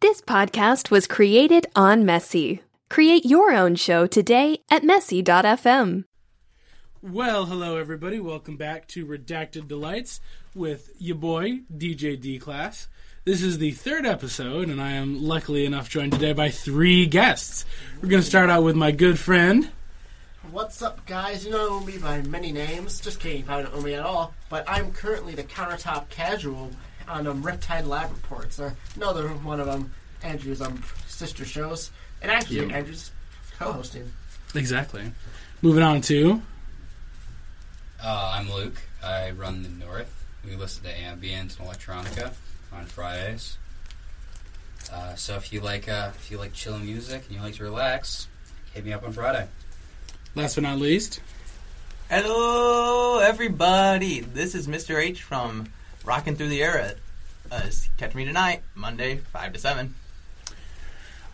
This podcast was created on Messy. Create your own show today at messy.fm. Well, hello everybody. Welcome back to Redacted Delights with your boy DJ D Class. This is the third episode, and I am luckily enough joined today by three guests. We're going to start out with my good friend. What's up, guys? You don't know me by many names. Just kidding, you probably don't know me at all. But I'm currently the countertop casual on um, Riptide Lab Reports, uh, another one of um, Andrew's um, sister shows. And actually, Andrew's co hosting. Exactly. Moving on to Uh, I'm Luke. I run the North. We listen to ambient and electronica on Fridays. Uh, so if you like, uh, if you like chill music and you like to relax, hit me up on Friday. last but not least. Hello, everybody. This is Mr. H from Rockin' Through the Era. Uh, catch me tonight, Monday, 5 to 7.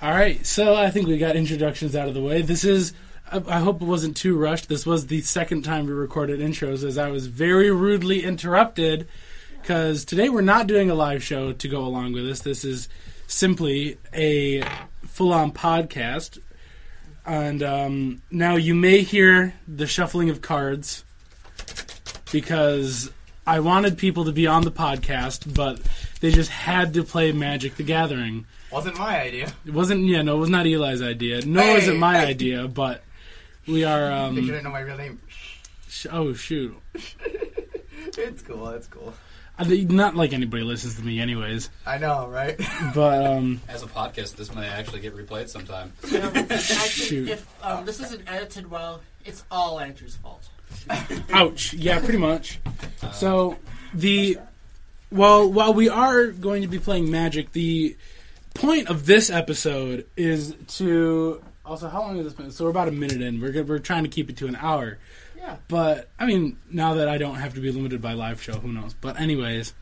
All right, so I think we got introductions out of the way. This is, I, I hope it wasn't too rushed. This was the second time we recorded intros, as I was very rudely interrupted. Because today we're not doing a live show to go along with this. This is simply a full on podcast. And um, now you may hear the shuffling of cards because I wanted people to be on the podcast, but they just had to play Magic the Gathering. Wasn't my idea. It wasn't. Yeah, no, it was not Eli's idea. Nor was it my idea. But we are. Um, know my real name. sh- oh shoot! It's cool, it's cool. I think- Not like anybody listens to me, anyways. I know, right? But um, As a podcast, this might actually get replayed sometime. Um, actually, Shoot. if um, this isn't edited well, it's all Andrew's fault. ouch. Yeah, pretty much. So the well, while we are going to be playing Magic, the point of this episode is to. Also, how long has this been? So we're about a minute in. We're good, we're trying to keep it to an hour. Yeah, But I mean, now that I don't have to be limited by live show, who knows? But anyways,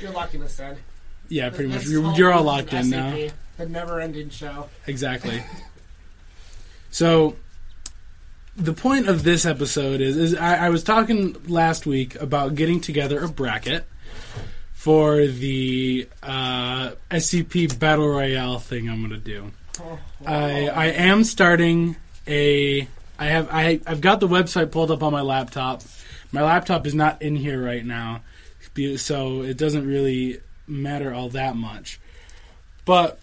you're locking us in. yeah, pretty much. That's You're, you're all we locked do in now. SAP, The never ending show. Exactly. so the point of this episode is is I, I was talking last week about getting together a bracket for the uh, SCP Battle Royale thing I'm gonna do. Oh, I I am starting a I have I I've got the website pulled up on my laptop. My laptop is not in here right now, be- so it doesn't really matter all that much. But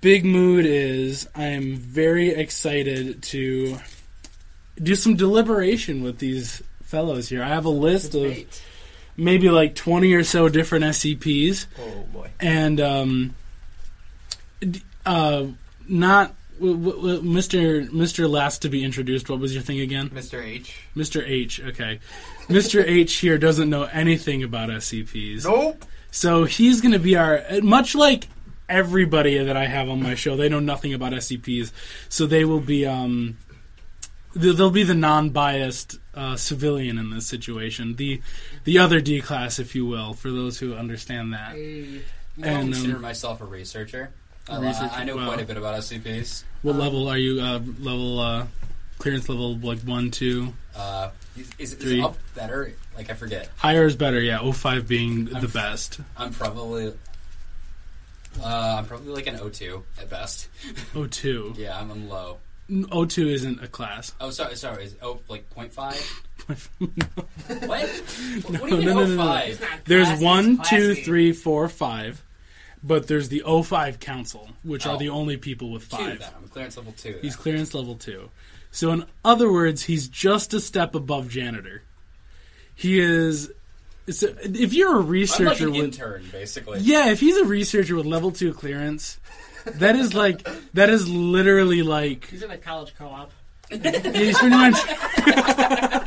big mood is I am very excited to do some deliberation with these fellows here. I have a list of Debate. maybe like 20 or so different E SCPs oh, boy. and um, d- uh, not w- w- w- Mr. Mr. Last to be introduced. What was your thing again, Mr. H. Mr. H? Okay, Mr. H here doesn't know anything about SCPs, Nope. so he's going to be our much like everybody that I have on my show. They know nothing about SCPs, so they will be um, th- they'll be the non-biased. Uh, civilian in this situation, the the other D class, if you will, for those who understand that. Hey, I don't And, um, consider myself a researcher. I, Researcher, I know wow. quite a bit about SCPs. What level are you? Uh, level uh, clearance level like one, two. Uh, is, is, is Three. it up better? Like I forget. Higher is better. Yeah, O five being the I'm- best. I'm probably. Uh, I'm probably like an O2 at best. O two. yeah, I'm, I'm low. O two isn't a class. Oh, sorry, sorry. Is O like 0.5? No, What? what do no, you mean no, oh, no, 05? no. not There's classy, one, two, classy. three, four, five. But there's the O five council, which are Oh. the only people with Two five. then. I'm clearance level two. He's then. clearance level two. So in other words, he's just a step above janitor. He is. So if you're a I'm like researcher an with intern, basically. Yeah, if he's a researcher with level two clearance, that is like that is literally like He's in a college co op. he's pretty much.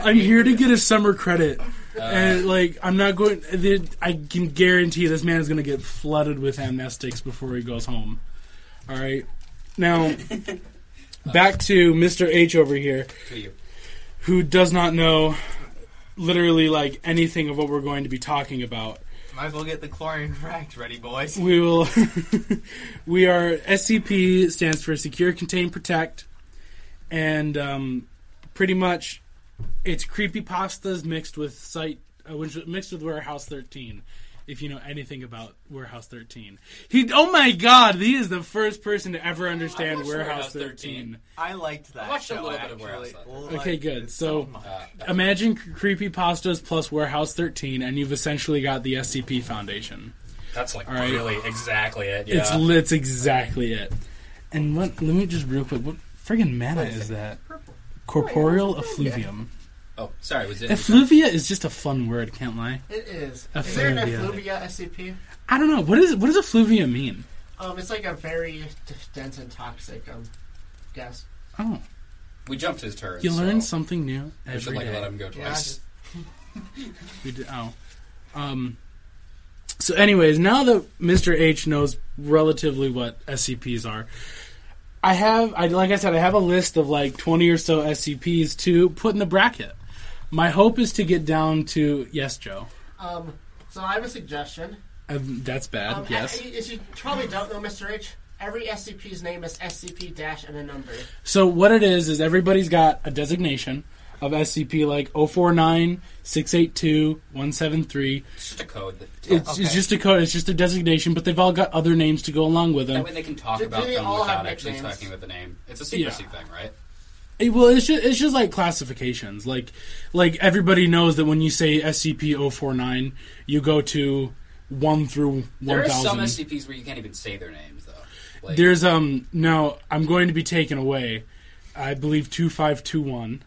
I'm here to get a summer credit, and like I'm not going. the- I can guarantee this man is going to get flooded with amnestics before he goes home. All right, now back to Mr. H over here To you. who does not know literally like anything of what we're going to be talking about. Might as well get the chlorine fract ready, boys. We will. we are SCP stands for Secure, Contain, Protect, and um, pretty much it's creepy pastas mixed with site, uh, which- mixed with Warehouse 13. if you know anything about Warehouse 13. He, oh my God, he is the first person to ever understand watched Warehouse Warehouse 13. I liked that. I watched a show, little bit of actually. Warehouse Lab. Liked Okay, good. it So- much. Uh, Imagine creepy pastas plus Warehouse 13, and you've essentially got the SCP Foundation. that's like right. really exactly it. It's Yeah. it's exactly it. And what? Let me just real quick. What friggin' mana is that? Corporeal effluvium. oh, sorry. Was it? Effluvia is just a fun word. Can't lie. It is. Is there an Effluvia. effluvia SCP? I don't know. What is what does effluvia mean? Um, it's like a very d- dense and toxic um, gas. Oh, we jumped his turn. you so learn something new We should every like let day. him go Yeah, I twice. just- We d- oh. Um. So, anyways, now that Mr. H knows relatively what SCPs are, I have, I like I said, I have a list of like twenty or so SCPs to put in the bracket. My hope is to get down to yes, Joe. Um, so I have a suggestion. Um, that's bad. Um, yes. a- As you probably don't know, Mr. H, every SCP's name is SCP dash and a number. So what it is is everybody's got a designation of SCP like 049, 682, 173. It's just a code. That It's, Okay. it's just a code. It's just a designation, but they've all got other names to go along with that them. way they can talk Do- do about they them all have without actually nicknames? talking about the name. It's a secrecy thing, right? It- well, it's just, it's just like classifications. Like like everybody knows that when you say SCP-049, you go to one through There one are some thousand. SCPs where you can't even say their names though. Like, There's um no. I'm going to be taken away. I believe two five two one.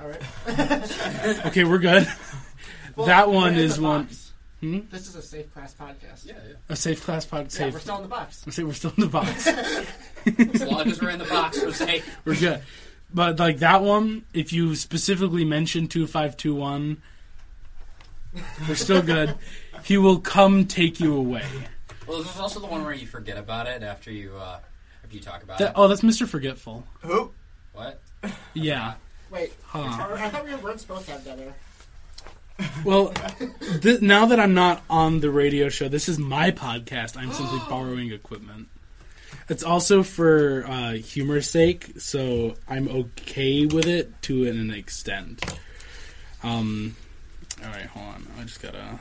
All right. Okay, we're good. Well, that one we're in is the one. Hmm? box. This is a safe class podcast. yeah, yeah. A safe class pod. Yeah, Safe. we're still in the box. I say we're still in the box. As long as we're in the box, we're safe. we're good. But like that one, if you specifically mention two five two one, we're still good. he will come take you away. Well, there's also the one where you forget about it after you uh, after you talk about That, it. oh, that's Mister Forgetful. Who? What? Yeah. Wait, Hold on. I thought we weren't supposed to have dinner. Well, th- now that I'm not on the radio show, this is my podcast. I'm simply borrowing equipment. It's also for uh, humor's sake, so I'm okay with it to an extent. Um, all right, hold on. I just gotta.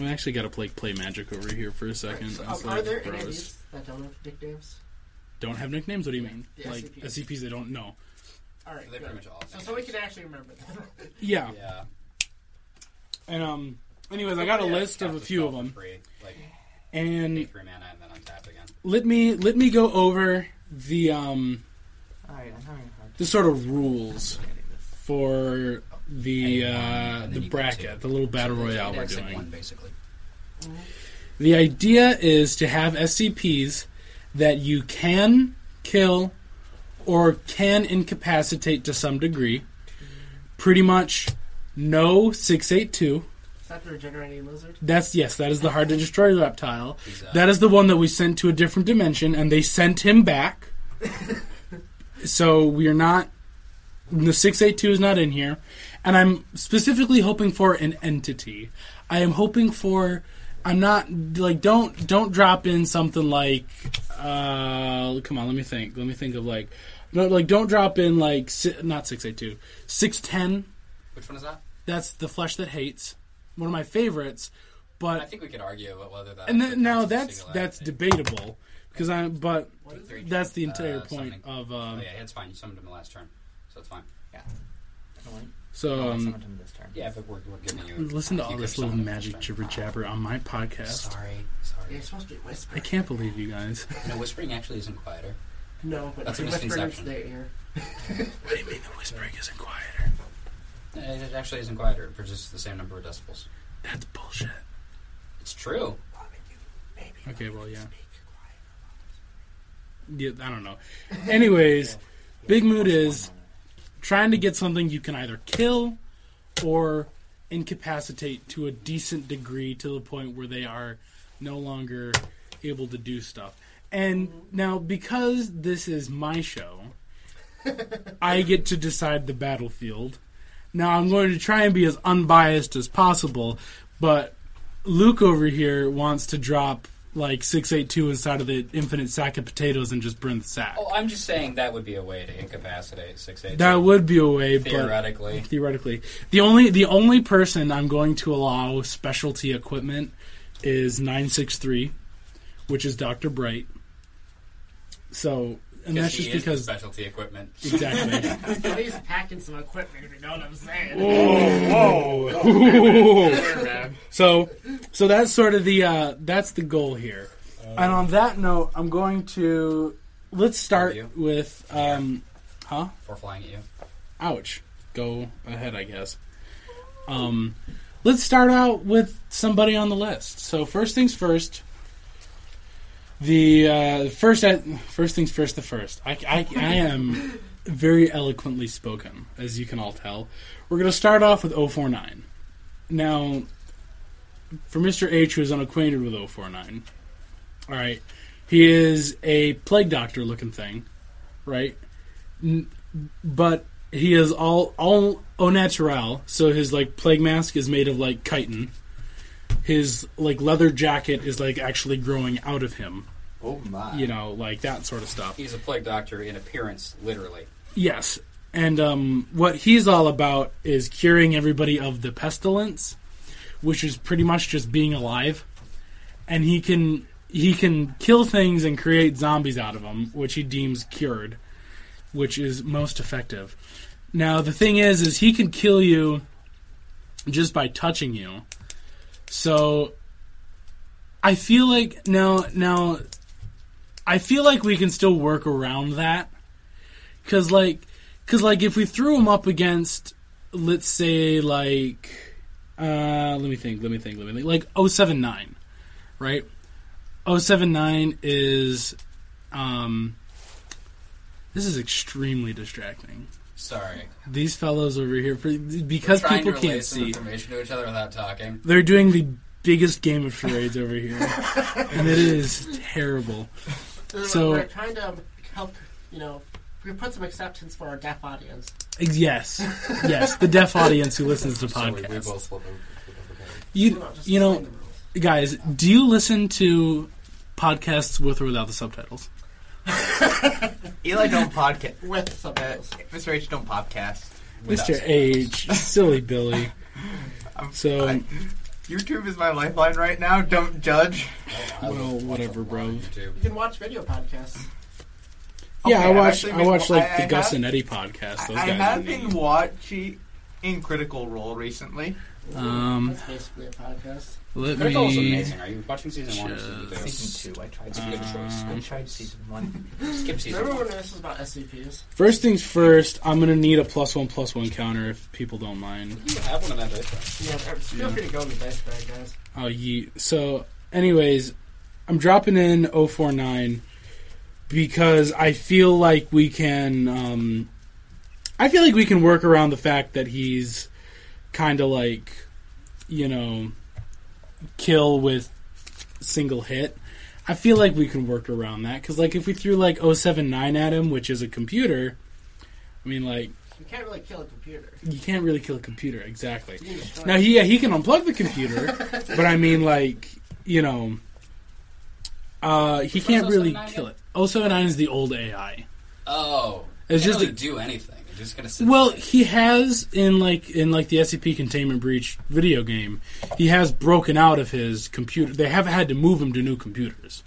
I actually gotta play play magic over here for a second. So, It's um, like, are there any bros of these that don't have nicknames? don't have nicknames? What do you mean? The like SCPs. SCPs they don't know? All right, They pretty good. much all. So, so we can actually remember them. Yeah. Yeah. And um. Anyways, I got a Yeah, list tap of a the few spell of for them, free, Like and pay three mana and then untap again. let me let me go over the um All right, Oh, I'm having a hard the sort of rules time getting this. for the And uh, then the you get bracket, the two. little battle So there's royale we're index and One doing. basically. The idea is to have SCPs that you can kill or can incapacitate to some degree. Pretty much no 682. Is that the regenerating lizard? That's yes, that is the hard to destroy reptile. He's, uh, That is the one that we sent to a different dimension, and they sent him back. so we are not. The six eight two is not in here, and I'm specifically hoping for an entity. I am hoping for. I'm not like don't don't drop in something like. Uh, come on, let me think. Let me think of like. No, like don't drop in like si- not six eight two, six ten. Which one is that? That's the flesh that hates. One of my favorites, but I think we could argue about whether that. and then, now counts as a that's single that's entity. debatable because I but Three, that's the entire uh, point something. of Oh, um, yeah, it's fine. You summoned him the last turn, so it's fine. Yeah. Don't worry. so I'll um, summon him this turn. Yeah, but we're, we're giving you. listen to all you this could little summon him magic this turn. jibber jabber on my podcast. Sorry, You're sorry. supposed to be I whispering. can't believe you guys. No, whispering actually isn't quieter. No, but That's if you a whisper into misconception. their ear. what do you mean the whispering isn't quieter? No, It it actually isn't quieter. It produces the same number of decibels. That's bullshit. It's true. Okay, well yeah. Yeah, I don't know. Anyways, Big Mood is trying to get something you can either kill or incapacitate to a decent degree to the point where they are no longer able to do stuff. And now, because this is my show, I get to decide the battlefield. Now, I'm going to try and be as unbiased as possible, but Luke over here wants to drop like six eight two inside of the infinite sack of potatoes and just burn the sack. Oh, I'm just saying that would be a way to incapacitate six eight. That would be a way, but theoretically. theoretically, the only the only person I'm going to allow specialty equipment is nine six three, which is Doctor Bright. So, and that's he just is the because specialty equipment. exactly. But he's packing some equipment, if you know what I'm saying. Whoa. so, so that's sort of the uh, that's the goal here. and on that note, I'm going to let's start Review. with um, huh? For flying at you. Ouch. Go ahead, I guess. Um, let's start out with somebody on the list. So first things first. The uh, first, I, first things first. The first. I, I, I am very eloquently spoken, as you can all tell. We're going to start off with 049. Now, for Mr. H, who is unacquainted with 049, all right, he is a plague doctor looking thing, right? N- but he is all all au naturel, so his like plague mask is made of like chitin. His like leather jacket is like actually growing out of him, Oh my! you know, like that sort of stuff. He's a plague doctor in appearance, literally. Yes. And um, what he's all about is curing everybody of the pestilence, which is pretty much just being alive. And he can he can kill things and create zombies out of them, which he deems cured, which is most effective. Now the thing is, is he can kill you just by touching you. So I feel like now now I feel like we can still work around that because like because like if we threw him up against let's say like uh let me think let me think let me think like 079 right 079 is um this is extremely distracting Sorry. these fellows over here for- because Trying people to relay can't some see information to each other without talking. they're doing the biggest game of charades over here and it is terrible So- So we're trying to help, you know, we put some acceptance for our deaf audience. Ex- yes yes the deaf audience who listens to So we, we podcasts both flip over. flip over again. We're you, not just you know playing the rules. guys, do you listen to podcasts with or without the subtitles? Eli don't podcast. with Uh, subtitles. Mr. H don't podcast. Without Mr. H, silly Billy. So, I- YouTube is my lifeline right now. Don't judge. I would well, watch whatever, a lot bro. of YouTube. You can watch video podcasts. Yeah, Okay, I I've watched. actually I been- watched like I- the I Gus have- and Eddie podcast. Those I guys have are been neat. watching in Critical Role recently. Um, That's basically a podcast. let Critical is me. amazing. Are you watching season one or season two? Season two. I tried. It's a good choice. I tried season one. Skip season Remember one. when this was about SCPs? First things first. I'm gonna need a plus one plus one counter if people don't mind. You have one of that dice. Yeah, uh, feel free to go in the dice bag, guys. Oh, ye. So, anyways, I'm dropping in 049 because I feel like we can. Um, I feel like we can work around the fact that he's kind of like, you know, kill with single hit. I feel like we can work around that because, like, if we threw like 079 at him, which is a computer, I mean, like, You can't really kill a computer. you can't really kill a computer exactly. You can destroy Now it. he yeah, he can unplug the computer, but I mean like you know, uh, he can't really 079 kill it. 079 is the old AI. Oh. It's It just doesn't a- do anything. It's just gonna sit. Well, there. he has in like in like the SCP containment breach video game, he has broken out of his computer. They have had to move him to new computers,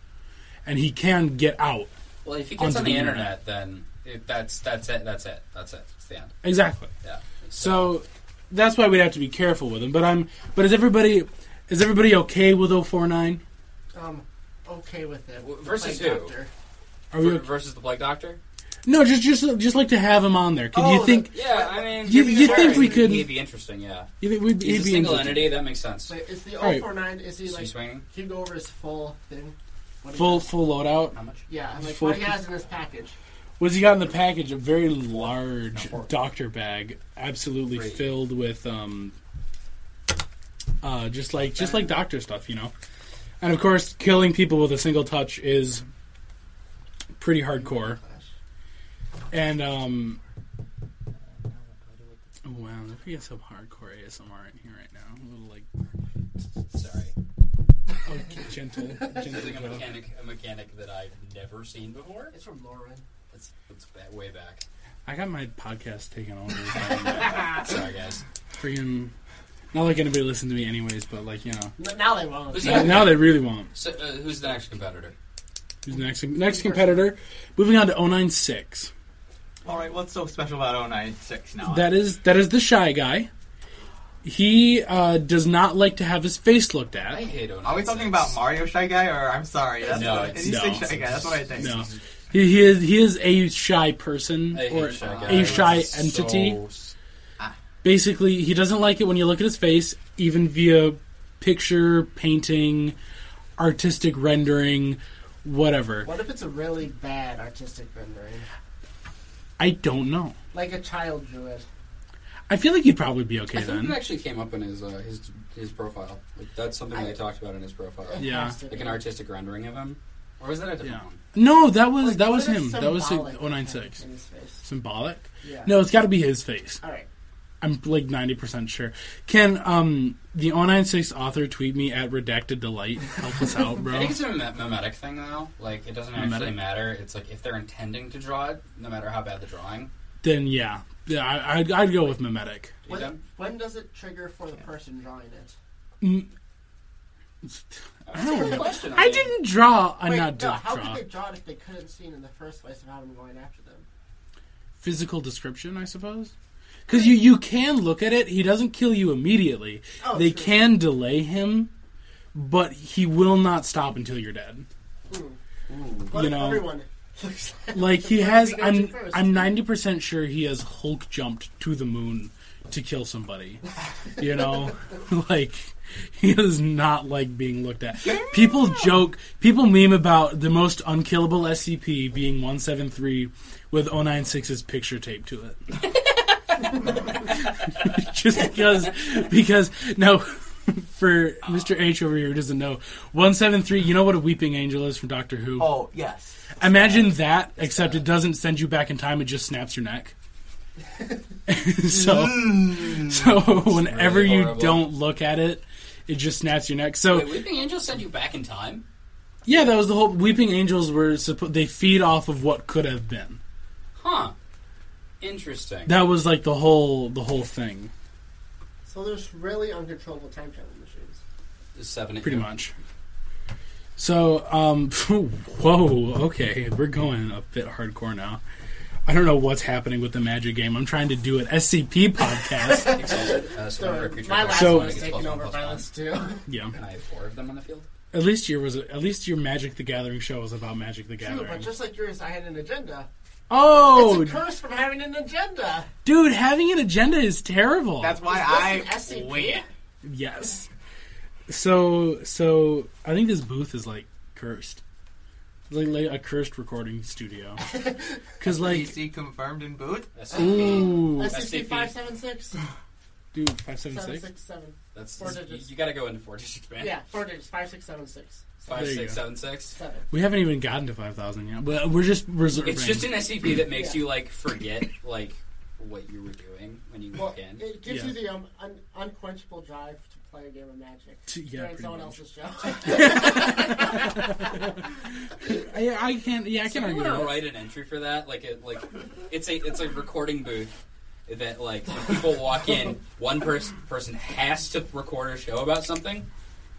and he can get out Well, if he gets onto on the the internet, then it, that's that's it. That's it. That's it. It's the end. exactly. Yeah. So that's why we'd have to be careful with him. But I'm but is everybody is everybody okay with 049? Um, okay with it. W- versus Plague who? Doctor. Are we Ver- okay? versus the plague doctor. No, just just just like to have him on there. Can you Oh, think Yeah, I mean, You- give me you the think story. we could- He'd be interesting. Yeah, you think we'd, he'd he's a be single interested? entity. That makes sense. Wait, is the Alright. 049, is he Is he like, swinging? can you go over his full thing? What he Full has? full loadout. How much? Yeah, like full- what he has in his package. What's he got in the package? A very large doctor bag, absolutely Great. filled with um, uh, just like just like doctor stuff, you know. And of course, killing people with a single touch is pretty hardcore. And um, oh, wow, we got some hardcore ASMR in here right now. A little like Sorry. Oh, gentle, This is like a gentle. girl. mechanic, a mechanic that I've never seen before. It's from Lauren. It's, it's ba- way back. I got my podcast taken over. Sorry, guys. Freaking, not like anybody listened to me anyways, but like you know, N- now they won't. Who's now, now they really won't. So, uh, who's the next competitor? Who's the next next competitor? Moving on to 096. All right, what's so special about 096 now? That is that is the shy guy. He uh, does not like to have his face looked I at. hate 096. Are we talking about Mario Shy Guy or I'm sorry? That's No, what, it's- you say no. Shy Guy. That's what I think. No, he, he is he is a shy person I hate or shy a guys. shy So entity. s- basically he doesn't like it when you look at his face even via picture painting artistic rendering whatever What if it's a really bad artistic rendering? i don't know Like a child drew it. i feel like he'd probably be okay I think then it actually came up in his uh, his his profile. Like, that's something they talked about in his profile. It Yeah. has to Like be. an artistic rendering of him, or was that a different Yeah. one? no that was Like, that what was if him that was symbolic him- 096 in his face? symbolic Yeah. no it's got to be his face All right. i'm like 90% sure can um the 096 author tweet me at redacted delight help us out I bro think it's a mem- memetic thing though. Like it doesn't actually Memetic? matter. It's like if they're intending to draw it, no matter how bad the drawing. then yeah yeah I, I'd, I'd go with mimetic You When, done? when does it trigger for the person drawing it? That's a good question. i mean, didn't draw i'm Wait, not no, draw how could they draw it if they couldn't see it in the first place without him going after them? physical description, I suppose. Because you, you can look at it. He doesn't kill you immediately. Oh, they true. can delay him, but he will not stop until you're dead. What You if know. everyone looks at Like he Where do has, we go to I'm first? I'm ninety percent sure he has Hulk jumped to the moon to kill somebody. You know, like he does not like being looked at. People joke, people meme about the most unkillable SCP being one seven three with 096's picture taped to it. Just because because no. For Mr. H over here who doesn't know, 173, you know what a weeping angel is from Doctor Who? Oh yes. Imagine that, except it doesn't send you back in time; it just snaps your neck. so, so whenever really you horrible. don't look at it, it just snaps your neck. So, Wait, Weeping Angel sent you back in time. yeah, that was the whole. Weeping angels were suppo- they feed off of what could have been. Huh. Interesting. That was like the whole the whole thing, So there's really uncontrollable time travel machines. Seven. pretty much. So, um, whoa, okay, we're going a bit hardcore now. I don't know what's happening with the magic game. I'm trying to do an SCP podcast. Exalted. Uh, so whenever a creature my last attacks So- one, one it was gets taken plus one, over plus by one. us too. yeah. And I have four of them on the field. At least your was at least your Magic the Gathering show was about Magic the True, Gathering. but just like yours, I had an agenda. oh, it's a curse from having an agenda. dude, having an agenda is terrible. That's why Is I this an SCP? wait. yes. So so I think this booth is like cursed, like, like a cursed recording studio. Because like, PC confirmed in boot. SCP. ooh, SCP five seven six dude, five seven seven six. six seven. That's Four you- digits. You got to go into four digits, man. Yeah, four digits. Five six seven six Five, There you six, go. seven, six. seven. We haven't even gotten to five thousand yet, but we're just reserving. It's just an SCP that makes Yeah. you like forget like what you were doing when you Well, walk in. it gives Yeah. you the um, un- unquenchable drive to play a game of Magic T- yeah, during pretty someone much. else's show. I, I can't. Yeah, I So can't I'm argue. gonna with that. write an entry for that. Like it, like it's a it's a recording booth that like when people walk in, one person person has to record a show about something,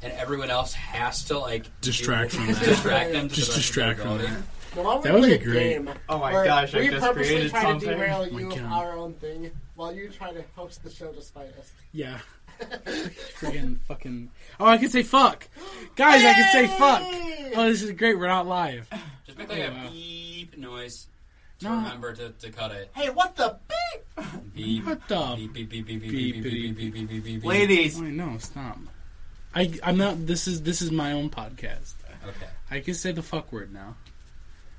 and everyone else has to like Distract do- from that. distract them, to Just the best of their distract from ability. that. The one That would we play be a great. game Oh my where gosh, I we just purposely created try something. to derail Oh my you of God. our own thing while you try to host the show despite us. Yeah. Friggin' fucking. Oh, I can say fuck, guys! I can say Yay! fuck. Oh, this is great. We're not live. Just make like Yeah. a beep noise to No. remember to, to cut it. Hey, what the beep? Beep. What the- Beep beep beep beep Beep, beep beep beep beep beep. beep beep beep. beep. Ladies, Wait, no, stop. I, I'm not. This is this is my own podcast. Okay. I can say the fuck word now.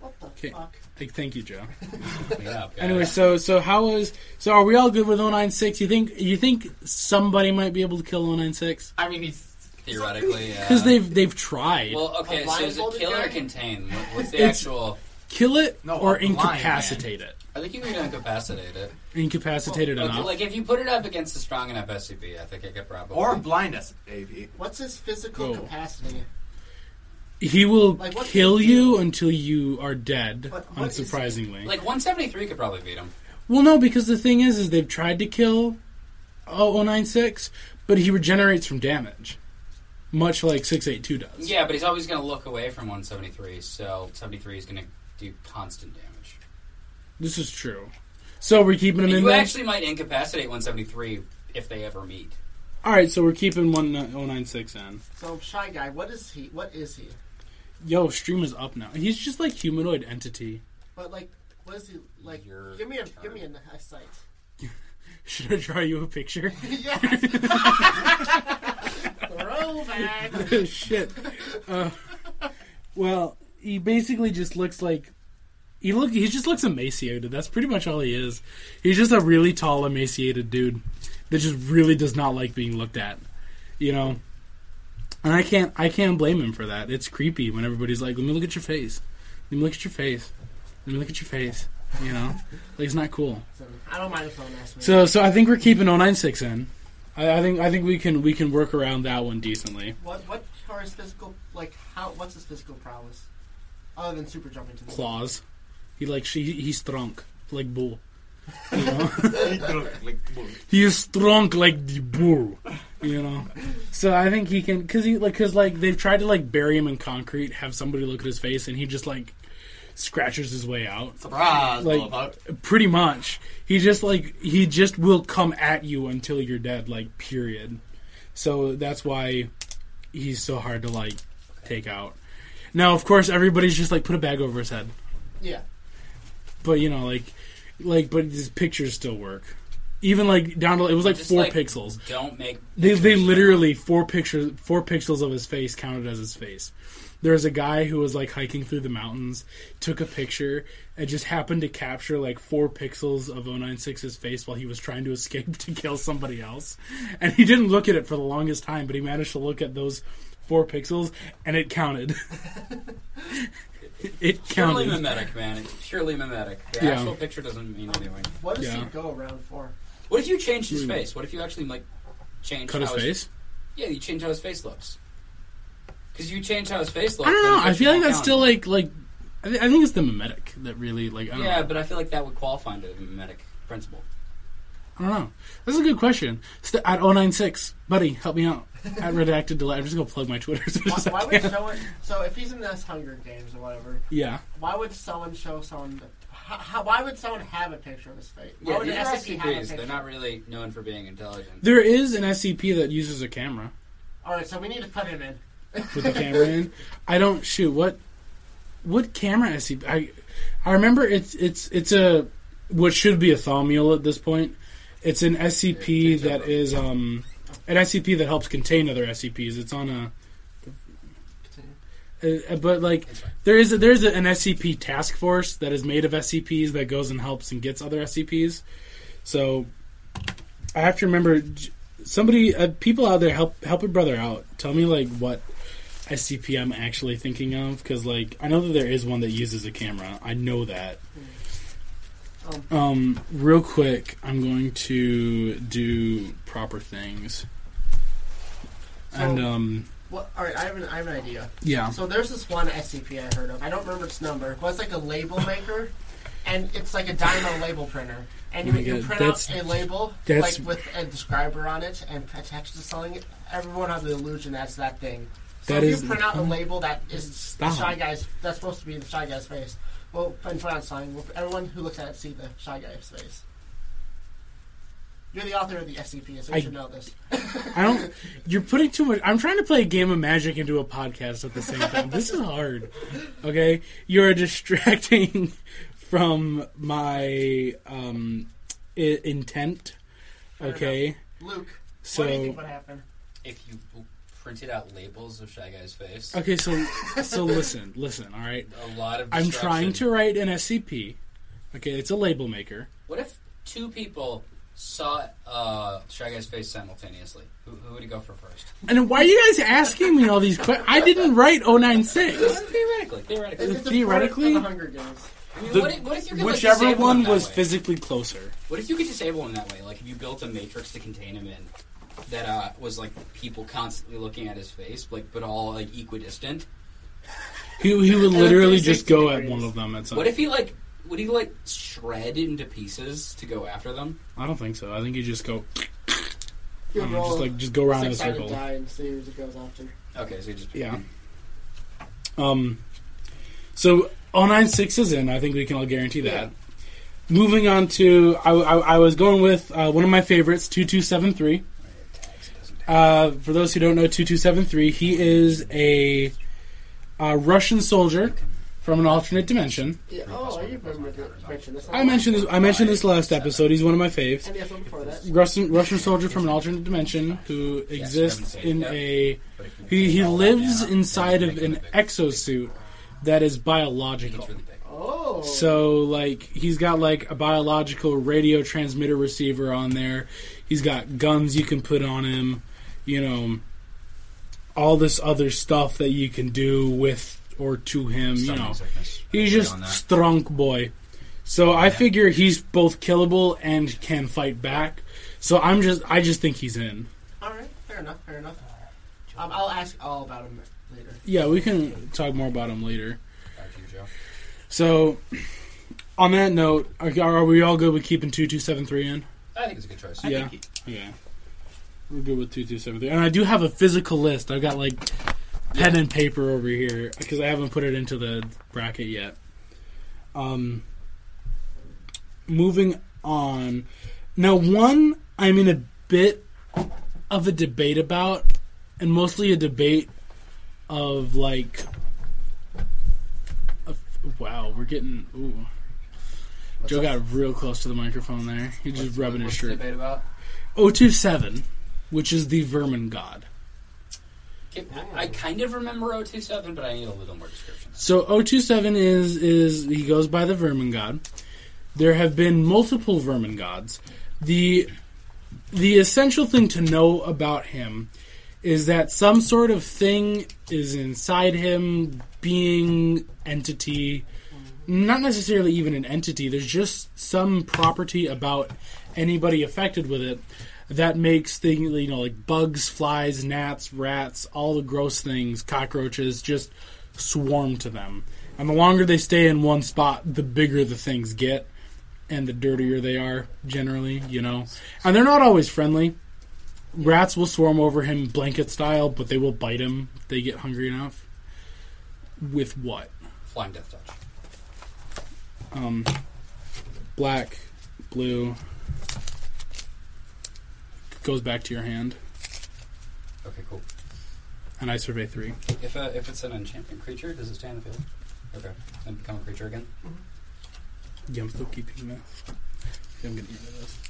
What the Okay. fuck? Like, thank you, Joe. Clean up, guys. Anyway, so so how is so? Are we all good with 096? You think you think somebody might be able to kill 096? I mean he's theoretically, yeah. Because they've they've tried Uh, Well, okay. So is it blindfolded kill or guy? contain? What, what's the It's- actual? kill it No, or a blind man. incapacitate it. I think you can incapacitate it. Incapacitate it Okay, enough. like if you put it up against a strong enough SCP, I think it could probably. or blind us, baby. What's his physical Whoa. capacity? He will Like, what's kill the deal? you until you are dead, But what is- unsurprisingly. Like 173 could probably beat him. well, no, because the thing is, is they've tried to kill 0096, but he regenerates from damage, much like 682 does. Yeah, but he's always going to look away from 173, so 73 is going to do constant damage. This is true. So we're keeping him And in you there. actually might incapacitate 173 if they ever meet. All right, so we're keeping uh, 1096 in. So shy guy, what is he? What is he? Yo, stream is up now. He's just like humanoid entity. But like, what is he like? Your give me a turn. give me a, a sight. Should I draw you a picture? yes. Throwback. Shit. Uh, well, he basically just looks like he look. He just looks emaciated. That's pretty much all he is. He's just a really tall, emaciated dude that just really does not like being looked at. You know. And I can't. I can't blame him for that. It's creepy when everybody's like, "Let me look at your face. Let me look at your face. Let me look at your face." You know, like it's not cool. So, I don't mind if someone asks me. So, so I think we're keeping 096 in. I, I think I think we can we can work around that one decently. what what are his physical like? How what's his physical prowess? Other than super jumping to the claws. He like she he's strong like bull. He is strong like the bull. You know. So I think he can because he like because like they've tried to like bury him in concrete, have somebody look at his face, and he just like scratches his way out. Surprise, Like- motherfucker. Pretty much, he just like he just will come at you until you're dead. Like period. So that's why he's so hard to like take out. Now, of course, everybody's just like put a bag over his head. Yeah. but you know, like, like, but his pictures still work. Even like down to it was like Just, four like, pixels. Don't make. They they literally four pictures four pixels of his face counted as his face. There was a guy who was like hiking through the mountains, took a picture, and just happened to capture like four pixels of 096's face while he was trying to escape to kill somebody else. And he didn't look at it for the longest time, but he managed to look at those four pixels and it counted. it Purely counted. mimetic, man. It's purely mimetic. The Yeah. actual picture doesn't mean anything. What does he Yeah. go around for? What if you changed his face? What if you actually like changed Hmm. Cut his how face. Yeah, you change how his face looks. Because you change how his face looks. I don't then know. the I picture feel like won't that's count. still like like I, th- I think it's the mimetic that really like I don't, Yeah, know. but I feel like that would qualify under the mimetic principle. I don't know. That's a good question. St- at 096, buddy, help me out. At redacted delight. I'm just gonna plug my Twitter. as much Why, as I why would can. someone? So if he's in this Hunger Games or whatever, Yeah, why would someone show someone? How, how, why would someone have a picture of his face? Why Yeah, would these an SCP have a SCPs, they're picture? not really known for being intelligent. there is an SCP that uses a camera. All right, so we need to put him in. with the camera in. I don't shoot what what camera is he? I I remember it's it's it's a what should be a thaw mule at this point. It's an SCP that is um an SCP that helps contain other SCPs. It's on a uh, but like there is a, there is a, an SCP task force that is made of SCPs that goes and helps and gets other SCPs. So I have to remember j- somebody uh, people out there help help a brother out. Tell me like what SCP I'm actually thinking of because like I know that there is one that uses a camera. I know that. Um, real quick, I'm going to do proper things. and So- um, Well, all right, I have an, I have an idea. yeah, So there's this one SCP I heard of. I don't remember its number, but it's like a label maker, and it's like a Dymo label printer. And Oh my you, you God, print that's- out a label that's- like with a describer on it and attached to selling it. Everyone has the illusion that's that thing. So That if is- you print out a label that is the Stop. shy guy's that's supposed to be the shy guy's face, well, and print out something, well, everyone who looks at it see the shy guy's face. You're the author of the SCP, so you I- should know this. I don't. You're putting too much. I'm trying to play a game of Magic into a podcast at the same time. this is hard. Okay, you're distracting from my um, I- intent. Okay, Luke, so what do you think would happen? If you printed out labels of Shy Guy's face, okay, so so listen, listen. All right, a lot of I'm destruction. trying to write an SCP. Okay, it's a label maker. What if two people saw uh, Shy Guy's face simultaneously? Who, who would he go for first? And why are you guys asking me all these questions? I didn't write 096. theoretically, theoretically. It's a Theoretically- product of the Hunger Games. I mean, The- what, if, what if you could, like, Whichever disable one him that was way? physically closer. What if you could disable him that way? Like if you built a matrix to contain him in, that uh, was like people constantly looking at his face, like but all like equidistant. He, he would literally 360 just go at degrees. one of them at some. What if he like? Would he like shred into pieces to go after them? I don't think so. I think you just go You um, roll just like just go around in a six-sided circle. die and see who it goes after. Okay, so he just Yeah. Um. So all nine six is in. I think we can all guarantee that. Moving on to I, I, I was going with uh, one of my favorites, two two seven three. Tags, it doesn't- Uh, for those who don't know, 2273, he is a, uh Russian soldier from an alternate dimension. Yeah. plus Oh, I one remember equals one that. Mention this. I mentioned this. I mentioned this last episode. He's one of my faves. And the other one before that. Russian Russian soldier from an alternate dimension who exists in a but if you he, he roll that lives down, inside it's of really an big. exosuit that is It's biological. really big. Oh. So like he's got like a biological radio transmitter receiver on there. He's got guns you can put on him. You know, all this other stuff that you can do with or to him. You know, he's just strong boy. So I figure he's both killable and can fight back. So I'm just I just think he's in. All right. Fair enough. Fair enough. Um, I'll ask all about him later. Yeah, we can talk more about him later. So on that note, are, are we all good with keeping two two seven three in? I think it's a good choice. Yeah. Okay. We're good with two two seven three, and I do have a physical list. I've got like pen and paper over here because I haven't put it into the bracket yet. Um, moving on. Now, one I'm in a bit of a debate about, and mostly a debate of like. of- Wow, we're getting. Ooh. Joe got real close to the microphone there. He's just rubbing his What's the shirt. debate about? 027, which is the vermin god. Can- I- I kind of remember 027, but I need a little more description. So 027 is is he goes by the vermin god. There have been multiple vermin gods. The the essential thing to know about him is that some sort of thing is inside him, being, entity, not necessarily even an entity. There's just some property about anybody affected with it that makes things, you know, like bugs, flies, gnats, rats, all the gross things, cockroaches, just swarm to them. And the longer they stay in one spot, the bigger the things get, and the dirtier they are, generally, you know. And they're not always friendly. Rats will swarm over him blanket style, but they will bite him. if They get hungry enough. With what? Flying Death Touch. um, black, blue, goes back to your hand, Okay, cool. and I survey three. If uh, if it's an enchantment creature, does it stay on the field? Okay, then become a creature again. Yeah, I'm still keeping this. Yeah, I'm gonna get rid of this.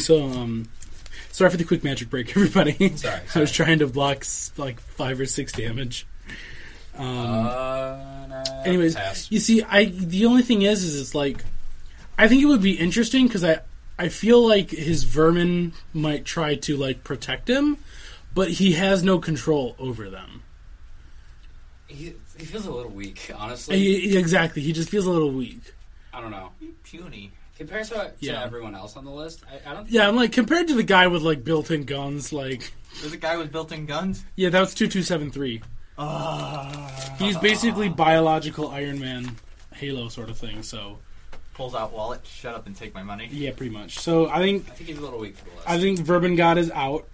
So, um, sorry for the quick magic break, everybody. Sorry. I sorry. was trying to block s- like five or six damage. Um, Uh, no, anyways, pass. you see, I the only thing is, is it's like, I think it would be interesting because I I feel like his vermin might try to like protect him, but he has no control over them. He, he feels a little weak, honestly. He- he- exactly, he just feels a little weak. I don't know. Puny. Compared to, to Yeah. everyone else on the list, I, I don't. Yeah, I'm like compared to the guy with like built-in guns, like There's a guy with built-in guns. yeah, that was two two seven three. Ah. He's basically biological Iron Man, Halo sort of thing. So pulls out wallet. Shut up and take my money. yeah, pretty much. So I think I think he's a little weak for the list. I think Vermin God is out.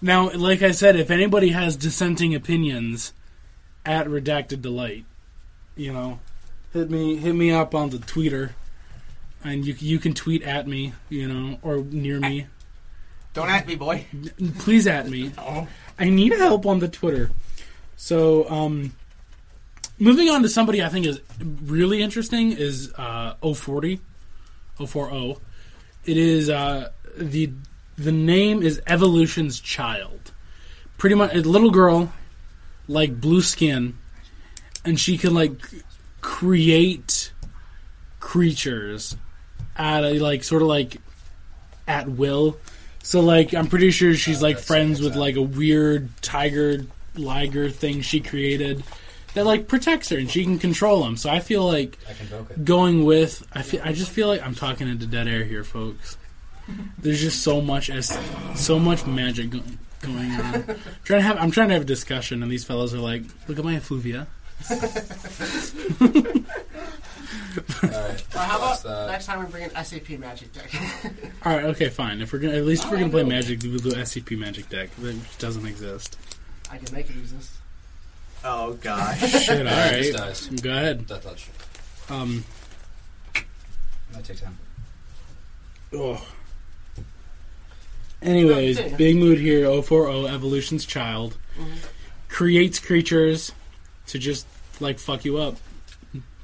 Now, like I said, if anybody has dissenting opinions at Redacted Delight, you know, hit me hit me up on the Twitter, and you you can tweet at me, you know, or near me. Don't at me, boy. Please at me. I need help on the Twitter. So, um, moving on to somebody I think is really interesting is uh, 040, 040. It is uh, the the name is Evolution's Child. Pretty much a little girl, like blue skin, and she can like create creatures at a like sort of like at will. So like I'm pretty sure she's like that's- friends that's with that. like a weird tiger liger thing she created that like protects her and she can control him. So I feel like I can vote it. going with I feel I just feel like I'm talking into dead air here, folks. There's just so much as so much magic go- going on. trying to have I'm trying to have a discussion, and these fellows are like, "Look at my effluvia." All right. Or how Plus about that. next time we bring an SAP magic deck? All right, okay, fine. If we're gonna, at least if we're gonna I play know. Magic, we'll do SCP Magic deck, which doesn't exist. I can make it use this. Oh gosh. Shit, all Yeah, this right. dies. Go ahead. That touch. Um, That takes time. oh. Anyways, Okay. Big Mood here, 040, Evolution's Child, creates creatures to just, like, fuck you up.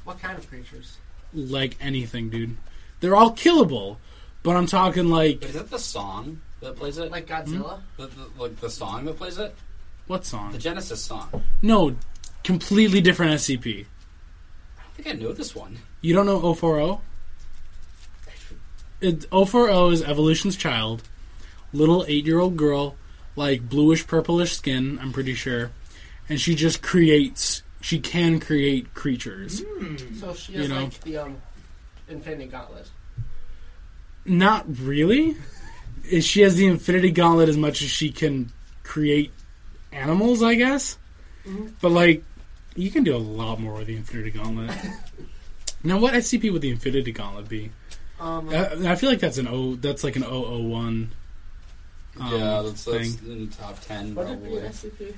What kind of creatures? Like anything, dude. They're all killable, but I'm talking like. Is that the song that plays it? Like Godzilla? the, the, like the song that plays it? What The song? Genesis song. No, completely different SCP. I think I know this one. You don't know 040? It, 040 is Evolution's Child. Little eight year old girl, like bluish purplish skin, I'm pretty sure. And she just creates, she can create creatures. So she Hmm. You is know. like the um, Infinity Gauntlet. Not really. Is- She has the Infinity Gauntlet as much as she can create animals, I guess. Mm-hmm. But, like, you can do a lot more with the Infinity Gauntlet. now, what SCP would the Infinity Gauntlet be? Um, I, I feel like that's an O. That's like an 001. um, yeah, that's, that's thing. in the top ten would it be probably. an SCP?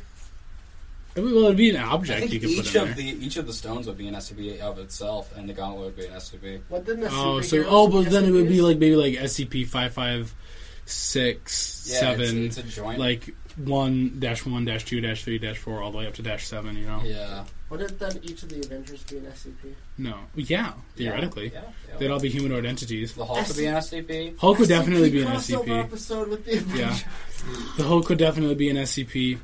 It would- Well, it'd be an I object think you could each put in there. of the each of the stones would be an SCP of itself, and the gauntlet would be an SCP. What didn't the oh, so superheroes oh, but then it would be SCPs? like maybe like SCP five five six Yeah, seven, It's, it's a joint. like one dash one dash two dash three dash four, all the way up to dash seven. You know? yeah, Wouldn't then each of the Avengers be an SCP? No, yeah, theoretically, Yeah, yeah, they'd all be humanoid entities. the Hulk would be an SCP. Hulk would definitely SCP be an crossover SCP. episode with the Avengers. The Hulk would definitely be an SCP.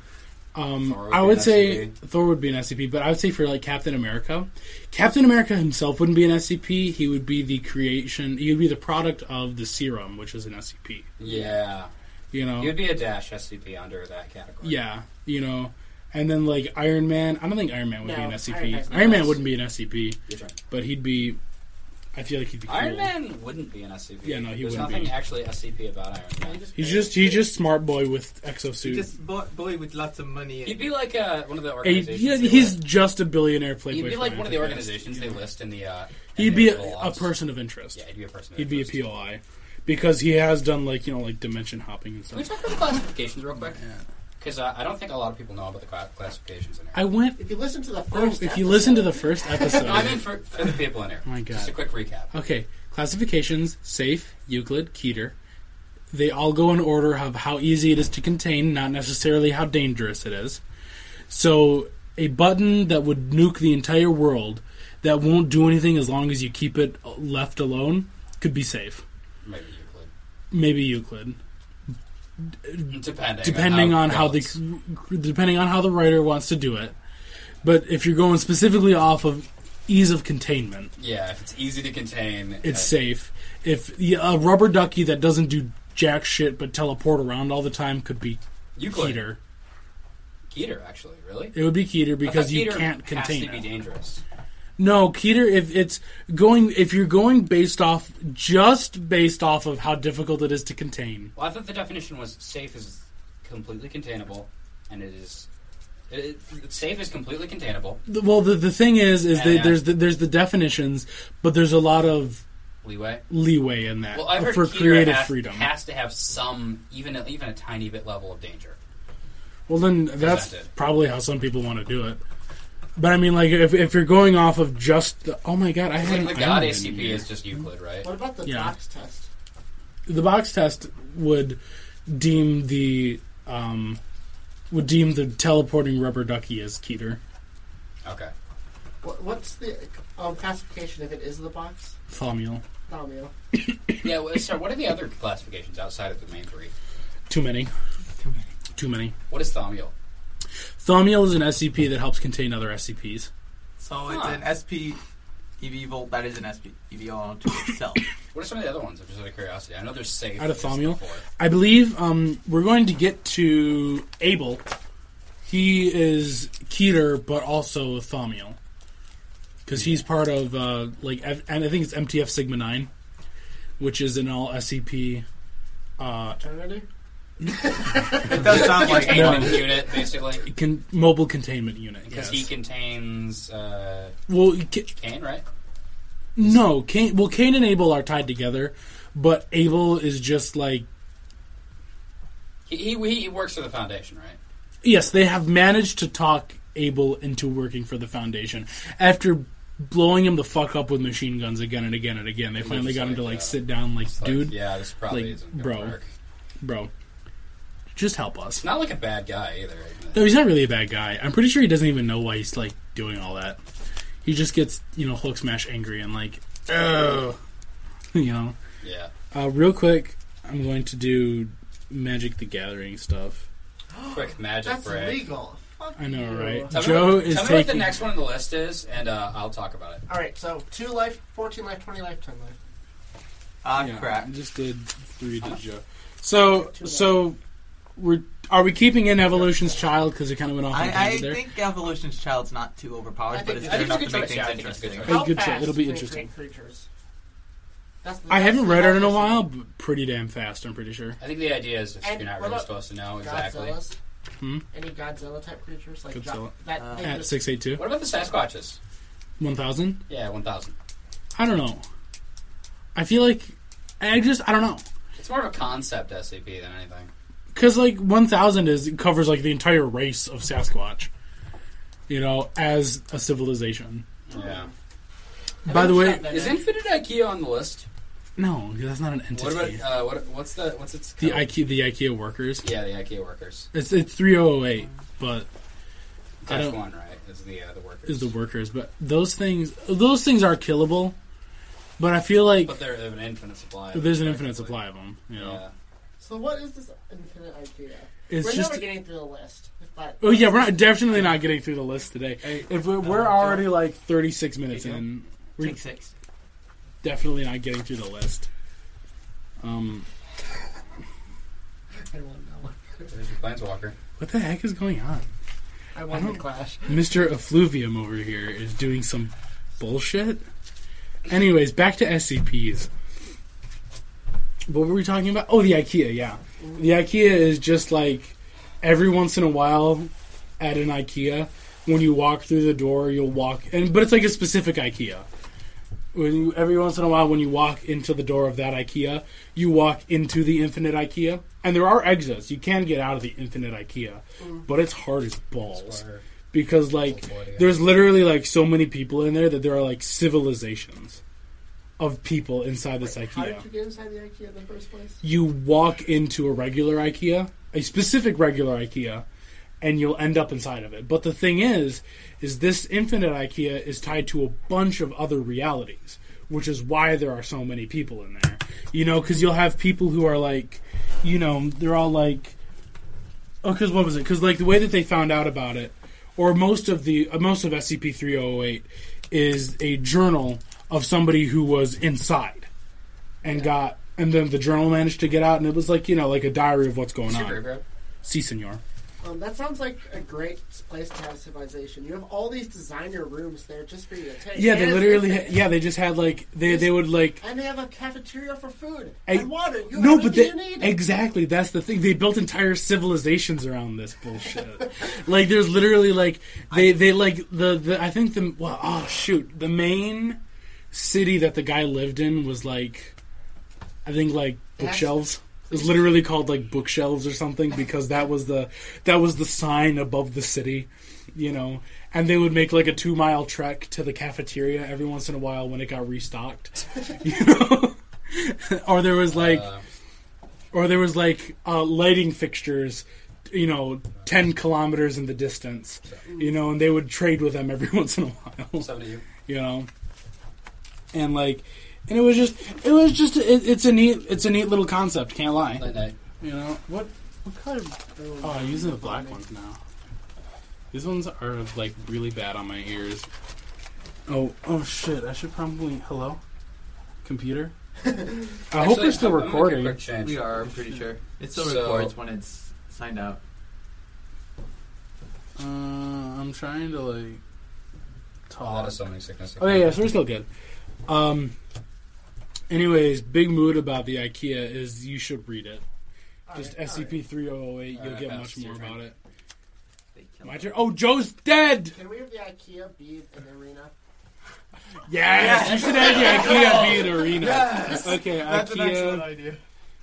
Um, Thor would I be would an say SCP. Thor would be an SCP, but I would say for like Captain America, Captain America himself wouldn't be an SCP. He would be the creation. He would be the product of the serum, which is an SCP. Yeah, You know, you'd be a dash SCP under that category. yeah, you know, and then like Iron Man. I don't think Iron Man would be No, an Iron SCP. Man's Iron, not Man an wouldn't be an SCP, Your turn. but he'd be. I feel like he'd be. Cool. Iron Man wouldn't be an SCP. Yeah, no, he There's wouldn't nothing be. actually SCP about Iron Man. He's just he's just smart boy with exosuit. Just bo- boy with lots of money. He'd be like uh, one of the He- organizations. yeah, they he's list. just a billionaire playboy. he'd be like one of the philanthropist. organizations they list in the. Uh, in He'd their be little a, a ops. person of interest. Yeah, he'd be a person. He'd be a interest. POI because he has done like you know like dimension hopping and Can we stuff. talk about classifications real quick? Because uh, I don't think a lot of people know about the cla- classifications in here. I went. If you listen to the first, Oh, if you episode- listen to the first episode, I mean, for, for the people in here. My God. Just a quick recap. Okay, classifications: safe, Euclid, Keter. They all go in order of how easy it is to contain, not necessarily how dangerous it is. So, a button that would nuke the entire world, that won't do anything as long as you keep it left alone, could be safe. Maybe Euclid. Maybe Euclid, Depending. depending on how, balanced. the depending on how the writer wants to do it. But if you're going specifically off of ease of containment, Yeah, if it's easy to contain. it's uh, safe. If the- a rubber ducky that doesn't do jack shit but teleport around all the time could be Euclid. Keter. Keter, actually, really? It would be Keter I because thought you Keter can't contain has to it. be dangerous. No, Keter. If it's going, if you're going based off just based off of how difficult it is to contain, Well, I thought the definition was safe is completely containable, and it is. It, it- safe is completely containable. The- well, the the thing is, is that Yeah. there's the, there's the definitions, but there's a lot of Leeway. leeway in that Well, I've heard for Keter creative has, freedom. has to have some, even a, even a tiny bit level of danger. Well, then that's Presented. probably how some people want to do it. But I mean, like if if you're going off of just the oh my god, I had Like an the God island in ACP here. is just Euclid, right? What about the Yeah. box test? the box test would deem the um would deem the teleporting rubber ducky as Keter Okay. What, what's the um, classification if it is the box? Thaumiel. Thaumiel. Yeah, well, so what are the other classifications outside of the main three? Too many, too many. What is Thaumiel? Thaumiel is an SCP that helps contain other SCPs. so it's Huh. an SP EV volt. That is an SP EV all to itself. What are some of the other ones? I'm just out of curiosity. I know there's safe. Out of is the Thaumiel? fourth. I believe um, we're going to get to Abel. He is Keter, but also Thaumiel. Because he's part of, uh, like, F- and I think it's MTF E Sigma 9, which is an all SCP. Uh, Eternity. It does sound like Containment No. unit, basically. Can mobile containment unit? Because Yes. he contains uh, well, ca- Cain, right? no. Cain, well, Cain and Abel are tied together, but Abel is just like He, he, he works for the Foundation, right? yes, they have managed to talk Abel into working for the Foundation after blowing him the fuck up with machine guns again and again and again. They finally just got him like, to like uh, sit down, like, It's like, dude, yeah, this probably like, isn't gonna bro. work. bro, just help us. Not like a bad guy either. isn't No, it? he's not really a bad guy. I'm pretty sure he doesn't even know why he's like doing all that. He just gets you know Hulk smash angry and like, oh, you know. Yeah. Uh, real quick, I'm going to do Magic the Gathering stuff. Quick magic That's break. illegal. Fuck I know, you. right? Tell me Joe what- is tell me what taking. the next one on the list is, and uh, I'll talk about it. All right, so two life, fourteen life, twenty life, ten life. ah Yeah, crap. I just did three to Joe. So so we're are we keeping in Evolution's Child because it kind of went off on a I, I tangent there. think Evolution's Child's not too overpowered, I but think- it's I good think enough it's to a make good choice. things I think it's a good interesting. Hey, good shit. It'll be do they interesting. create creatures. That's the- I that's haven't the read it in a definition. while, but pretty damn fast. I'm pretty sure. I think the idea is if And you're not what really about supposed to know exactly. Godzilla's. Hmm? Any Godzilla type creatures like Godzilla. Jo- that? Uh, they At just- six eight two What about the Sasquatches? one thousand. Yeah, one thousand. I don't know. I feel like I just I don't know It's more of a concept SCP than anything. because like one thousand is it covers like the entire race of Sasquatch, you know, as a civilization. Hmm. Yeah. I By the think way- shot that Is in. Infinite IKEA on the list? No, 'cause that's not an entity. What about uh, what? What's the what's its the code? IKEA the IKEA workers? Yeah, the IKEA workers. It's it's three oh eight, but I Dash don't- one, right? Is the uh, the workers? is the workers. But those things those things are killable. But I feel like but they're they have an infinite supply. of them, there's an infinite technically. supply of them. You know, Yeah. So what is this infinite idea? it's We're just never getting through the list. If that- Oh yeah, we're not, definitely not getting through the list today. Hey, if we're, we're uh, already like 36 minutes Joe. in, we're Take six. definitely not getting through the list. Um, I want that one. There's your planeswalker. what the heck is going on? I want don't- the clash. Mister Effluvium over here is doing some bullshit. Anyways, back to SCPs. What were we talking about? Oh, the IKEA. Yeah, the IKEA is just like every once in a while at an IKEA. When you walk through the door, you'll walk, and but it's like a specific IKEA. When you, every once in a while, when you walk into the door of that IKEA, you walk into the infinite IKEA, and there are exits. You can get out of the infinite IKEA, but it's hard as balls Or- because like Oh, boy, yeah. there's literally like so many people in there that there are like civilizations of people inside this How did IKEA. you get inside the IKEA in the first place? You walk into a regular IKEA, a specific regular IKEA, and you'll end up inside of it. But the thing is, is this infinite IKEA is tied to a bunch of other realities, which is why there are so many people in there. You know, because you'll have people who are like, you know, they're all like, oh, because what was it? Because like the way that they found out about it, or most of the uh, most of SCP three hundred eight is a journal of somebody who was inside and got. And then the journal managed to get out, and it was like you know, like a diary of what's going Super on. group. See, senor. Um, that sounds like a great place to have civilization. You have all these designer rooms there just for you to take. Yeah, And they it's literally. infinite. Ha- yeah, they just had like they they would like. And they have a cafeteria for food I- and E water. You no, have but everything they, you need. exactly that's the thing. They built entire civilizations around this bullshit. like, there's literally like they they like the the I think the well, oh shoot the main city that the guy lived in was like I think like bookshelves. It was literally called like bookshelves or something because that was the that was the sign above the city, you know. And they would make like a two mile trek to the cafeteria every once in a while when it got restocked, you know. or there was like, Uh, or there was like uh, lighting fixtures, you know, ten kilometers in the distance, you know, and they would trade with them every once in a while seven of you. you know and like and it was just it was just it, it's a neat it's a neat little concept can't lie Night night. you know what what color oh i'm using the black ones now these ones are like really bad on my ears oh oh shit i should probably hello computer i hope Actually, we're still I'm- I'm gonna make a recording quick change. We are, I'm pretty sure. It still So- records when it's signed out. uh, i'm trying to like Oh, talk that is summoning sickness. Oh yeah, yeah, so we're still good. Um, anyways, big mood about the IKEA is you should read it. Just All right, all right. SCP 3008. You'll Alright, get that's much your more turn. about it. They killed My him. turn. Oh, Joe's dead! Can we have the IKEA be in the arena? Yes! You should have the IKEA be an arena. Okay, That's an excellent IKEA. idea.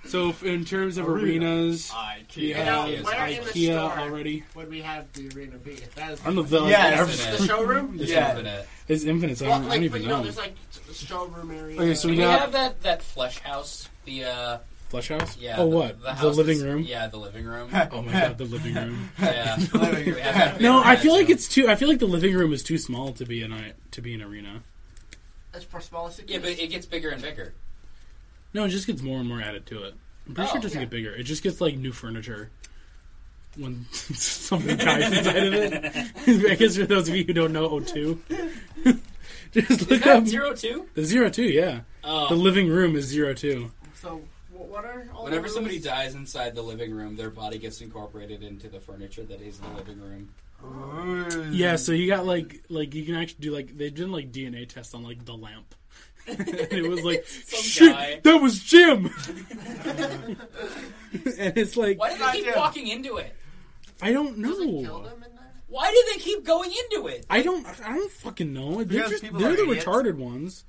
So, f- in terms of Arena. arenas, we IKEA. Yeah. have Yes. Where in the IKEA store? already. Would we have the arena be? That is I'm the villain. Yes. Infinite. the showroom. It's Yeah. infinite. It's infinite, so I Well, don't, I like, don't but even you know, know. there's like the showroom area. Okay, so we We got- have that that flesh house. The uh, Flesh house? yeah. Oh, the- what? The, The, house living is- room? Yeah, the living room. Oh my god, the living room. yeah. Living We have that No, big I feel room. like it's too. I feel like the living room is too small to be an I- to be an arena. it's for smaller Yeah, cities. but it gets bigger and bigger. No, it just gets more and more added to it. I'm pretty Oh, sure it doesn't yeah. get bigger. It just gets like new furniture when something dies inside of it. I guess for those of you who don't know O2, just Is look that up zero two? the zero two. Yeah, Oh. the living room is zero two. so wh- what are all Whenever the somebody rooms? dies inside the living room, their body gets incorporated into the furniture that is the living room. Yeah, Mm-hmm. so you got like like you can actually do like they did like DNA tests on like the lamp. and it was like Some shit, guy. that was Jim. and it's like Why do they keep Goddamn. walking into it? I don't Does it kill know. them in there? Why do they keep going into it? I don't. I don't fucking know. They're, Because just, people they're are the idiots. retarded ones.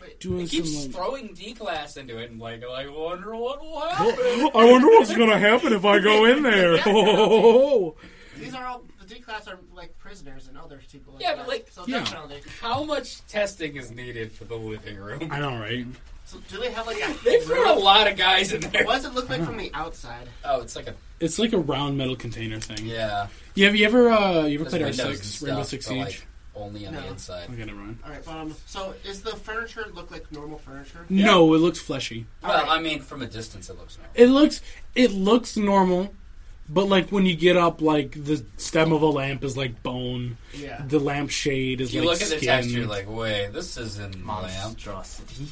Wait, Doing It keeps some. Like, throwing D class into it and like, I wonder what will happen. I wonder what's gonna happen if I go in there. Oh, These are all the D class are like prisoners and other people. Like Yeah, that. but, like- so Yeah. definitely. How much testing is needed for the living room? I know, right? So do they have like a? They threw a room? lot of guys in there. What does it look like from the outside? Oh, it's like a It's like a round metal container thing. Yeah. yeah. have you ever uh, you ever there's played R windows and six stuff, Rainbow Six but, Siege? like, only on the No. inside. okay, never mind. All right, but, um, so is the furniture look like normal furniture? No, it looks fleshy. Well, Alright. I mean, from a distance, it looks normal. It looks it looks normal, but like when you get up, like the stem of a lamp is like bone. Yeah. The lampshade is You like look at the skin. texture, like, wait, this isn't lamp. Monstrosity.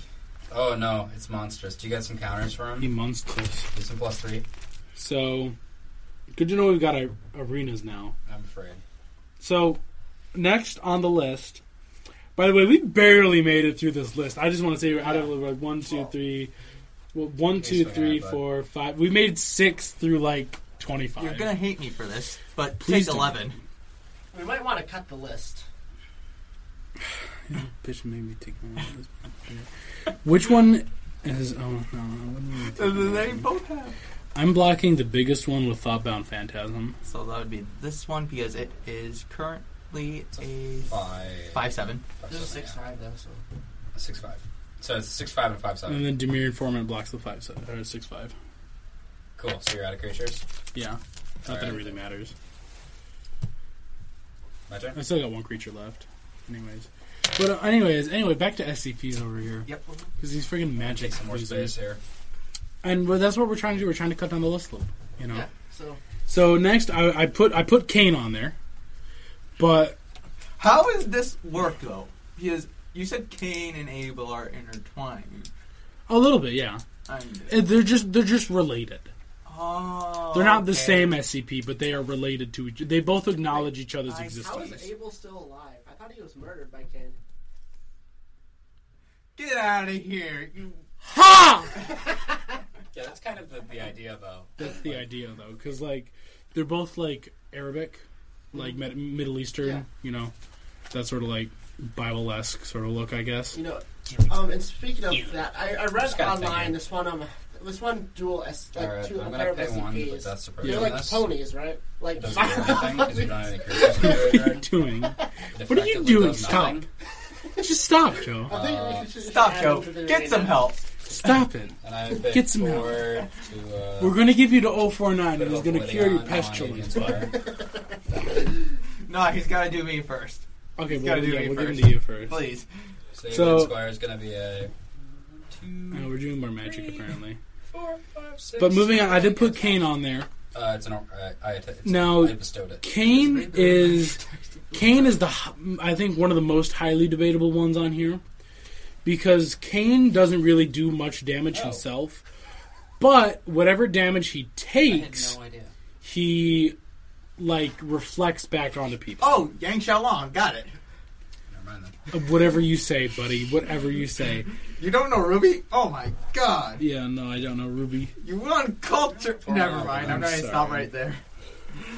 Oh no, it's monstrous. Do you got some counters for He him? monsters. Do some plus three. So good to know we've got our arenas now. I'm afraid. So, next on the list. By the way, we barely made it through this list. I just want to say we're out of like one, two, three. Well, one, two, Here's what I three, have, bud. four, five. We made six through like twenty-five. You're gonna hate me for this, but Please take don't. eleven. We might want to cut the list. Bitch made me take my Which one is? Oh no, I wouldn't really take my- They both have. I'm blocking the biggest one with Thoughtbound Phantasm. So that would be this one because it is currently a Five. five seven. five This is seven, six five though, so yeah. Six five. So it's six five and five seven. And then Demir Informant blocks the five se- or six five. Cool. So you're out of creatures. Yeah, not that Alright. it really matters. My turn. I still got one creature left. Anyways, but uh, anyways, anyway, back to SCPs over here. Yep. Because he's freaking magic Take some more losers. space here. And well, that's what we're trying to do. We're trying to cut down the list a little, bit, you know. yeah. So So next, I, I put I put Kane on there, but How does this work though? Because you said Cain and Abel are intertwined. a little bit, yeah. I'm- Eh, They're just they're just related. Oh, They're not the okay. same SCP, but they are related to each. They both acknowledge each other's I- how existence. is Abel still alive? I thought he was murdered by Cain. Get out of here! You ha! Yeah, that's kind of the, the idea, though. That's the idea though, because like they're both like Arabic, like Med- Middle Eastern, Yeah. you know, that sort of like Bible esque sort of look, I guess. You know. Um, and speaking of that, I, I read Just gotta think online it. this one um this one dual S like All right, two I'm a gonna pair of pay one, but SCPs. that's the price They're on like this. ponies, right? Like Doesn't do anything 'cause you don't have any creatures in your What are you graveyard. doing? What are you Effectively doing? does Stop! nothing, Just stop, Joe. I think we should- should stop, add Joe. them to the Get some arena. help. Stop it. And I pick Get some help. four to, uh, We're going to give you to 049 put and it's a going to holding cure your on pestilence. on Agent's Fire. No, he's got to do me first, Okay, He's well, gotta do yeah, it we'll give them first. to you first. please. So, So- Agent's Fire is going to be a Uh, two, we're doing more magic, apparently. four, five, six. But moving on, I did put Kane on there. Uh, it's an. or- Uh, I, att- it's Now- I bestowed it. Kane is Kane is the h- I think one of the most highly debatable ones on here because Kane doesn't really do much damage Oh. himself, but whatever damage he I had takes, no idea. he like reflects back onto people. Oh. Oh, Yang Xiaolong, got it. No mind then. Whatever you say, buddy. Whatever you say. You don't know Ruby? Oh my god. Yeah, no, I don't know, Ruby. You uncultured. Never mind. I'm, I'm not gonna stop sorry. right there.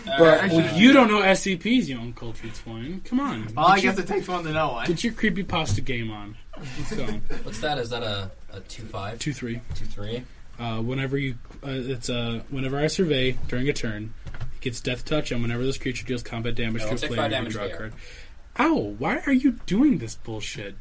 Uh, But actually- well, you don't know SCPs, you uncultured swine. Come on. Well, I Get your- guess it takes one to know one. Get your creepy pasta game on. Let's go. What's that? Is that a, a two five Two three. two three? Uh, whenever you, uh, it's uh, whenever I survey during a turn, it gets death touch, and whenever this creature deals combat damage to Yeah, a we'll take player, five you can damage draw a there. card. Ow! Why are you doing this bullshit?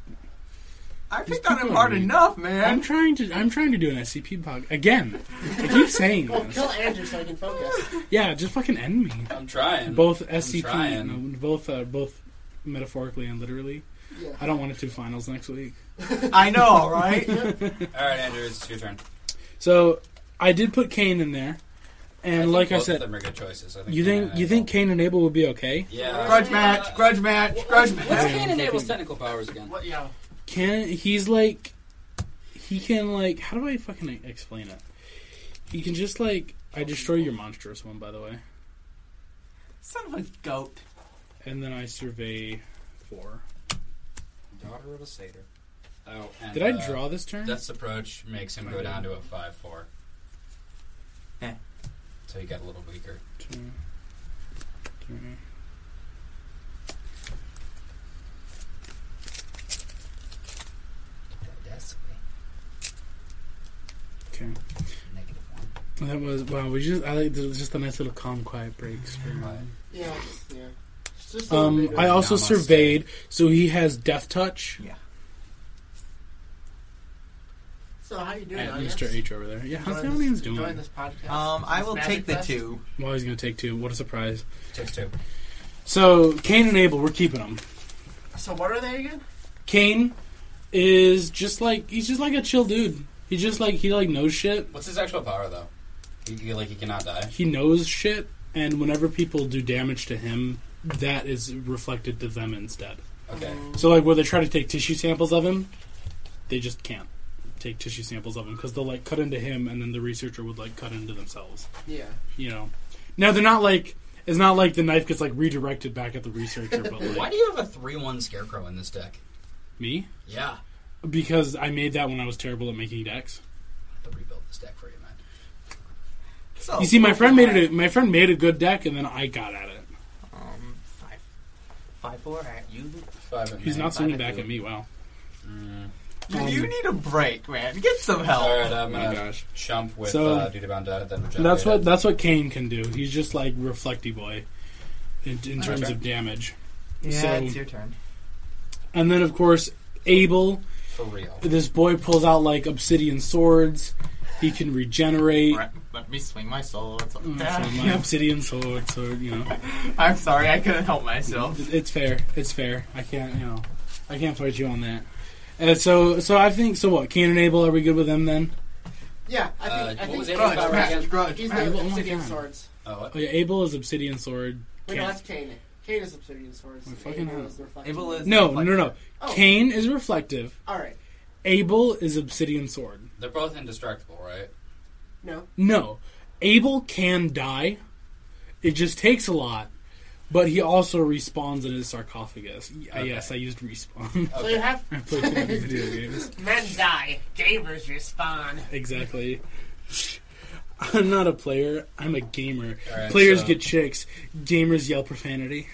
I picked on him people hard are mean. enough, I'm man. trying to, I'm trying to do an SCP bug again. I keep saying Well, this. kill Andrew so I can focus. Yeah, just fucking end me. I'm trying. Both I'm SCP, trying. no, both, uh, both metaphorically and literally. Yeah. I don't want it to finals next week. I know, right? All right, Andrew, it's your turn. So I did put Kane in there, I and think like I both of said, them are good choices. I think you Kane think and you Abel. think Kane and Abel would be okay? Yeah. grudge match, grudge match, grudge What's match. Kane and Abel's technical powers again? What? Yeah. Can he's like he can like how do I fucking explain it? He can just like I destroy your monstrous one by the way, Son of a goat. and then I survey four. Daughter of a satyr. Oh, and, Did I uh, draw this turn? Death's approach makes him go down to a five four. Eh. So he got a little weaker. Two, three. That's Okay, negative one. that was wow. We just I like there was just a nice little calm, quiet breaks. For Right. Yeah. Yeah. It's just a little Um, bit I also Namaste. surveyed, so he has death touch. So how you doing, At audience? Mr. H over there. Yeah, how's the Enjoying audience this, doing? enjoying this podcast? Um, I This will magic take the fest? two. Well, he's gonna take two. What a surprise! Takes two. So Cain and Abel, we're keeping them. So what are they again? Cain is just like he's just like a chill dude. He just like he like knows shit. What's his actual power though? He, he- like he cannot die. He knows shit, and whenever people do damage to him, that is reflected to them instead. Okay. So like where they try to take tissue samples of him, they just can't take tissue samples of him because they'll like cut into him, and then the researcher would like cut into themselves. Yeah. You know. Now they're not like it's not like the knife gets like redirected back at the researcher, but Why like do you have a three one scarecrow in this deck? me Yeah. because I made that when I was terrible at making decks. I'll rebuild this deck for you, man. So, You see, my friend made it. A, my friend made a good deck, and then I got at it. Um, five, five, four at you. Five and He's nine. not swinging back at me. Wow. You- you need a break, man. Get some help. All right, I'm Oh my gonna gosh. chump with So- uh, Duda Bandada. Then regenerate That's what it. that's what Kane can do. He's just like reflecty boy in, in terms Okay. of damage. Yeah, So- it's your turn. And then of course Abel, for real. this boy pulls out like obsidian swords. He can regenerate. Right, let me swing my soul. It's like, Uh, so my obsidian sword, sword, you know, I'm sorry, I couldn't help myself. it's fair. It's fair. I can't, you know, I can't fight you on that. And so, so I think so. What Cain and Abel? Are we good with them then? Yeah. I think. I Uh, what think he's was Andrew's got Grudge power right. match, again? grudge He's match. the Oh my obsidian God. swords. Oh, what? Oh yeah, Abel is obsidian sword. Wait, Cain- no, that's Cain. Cain is obsidian swords. My fucking Abel hell. is the reflection. Abel is- No, no, no, no. Oh. Cain is reflective. All right. Abel is obsidian sword. They're both indestructible, right? No. No, Abel can die. It just takes a lot. But he also respawns in his sarcophagus. Y- uh, Yes, I used respawn. So you have I played too many video games. men die, gamers respawn. Exactly. I'm not a player. I'm a gamer. Alright, Players so- get chicks. Gamers yell profanity.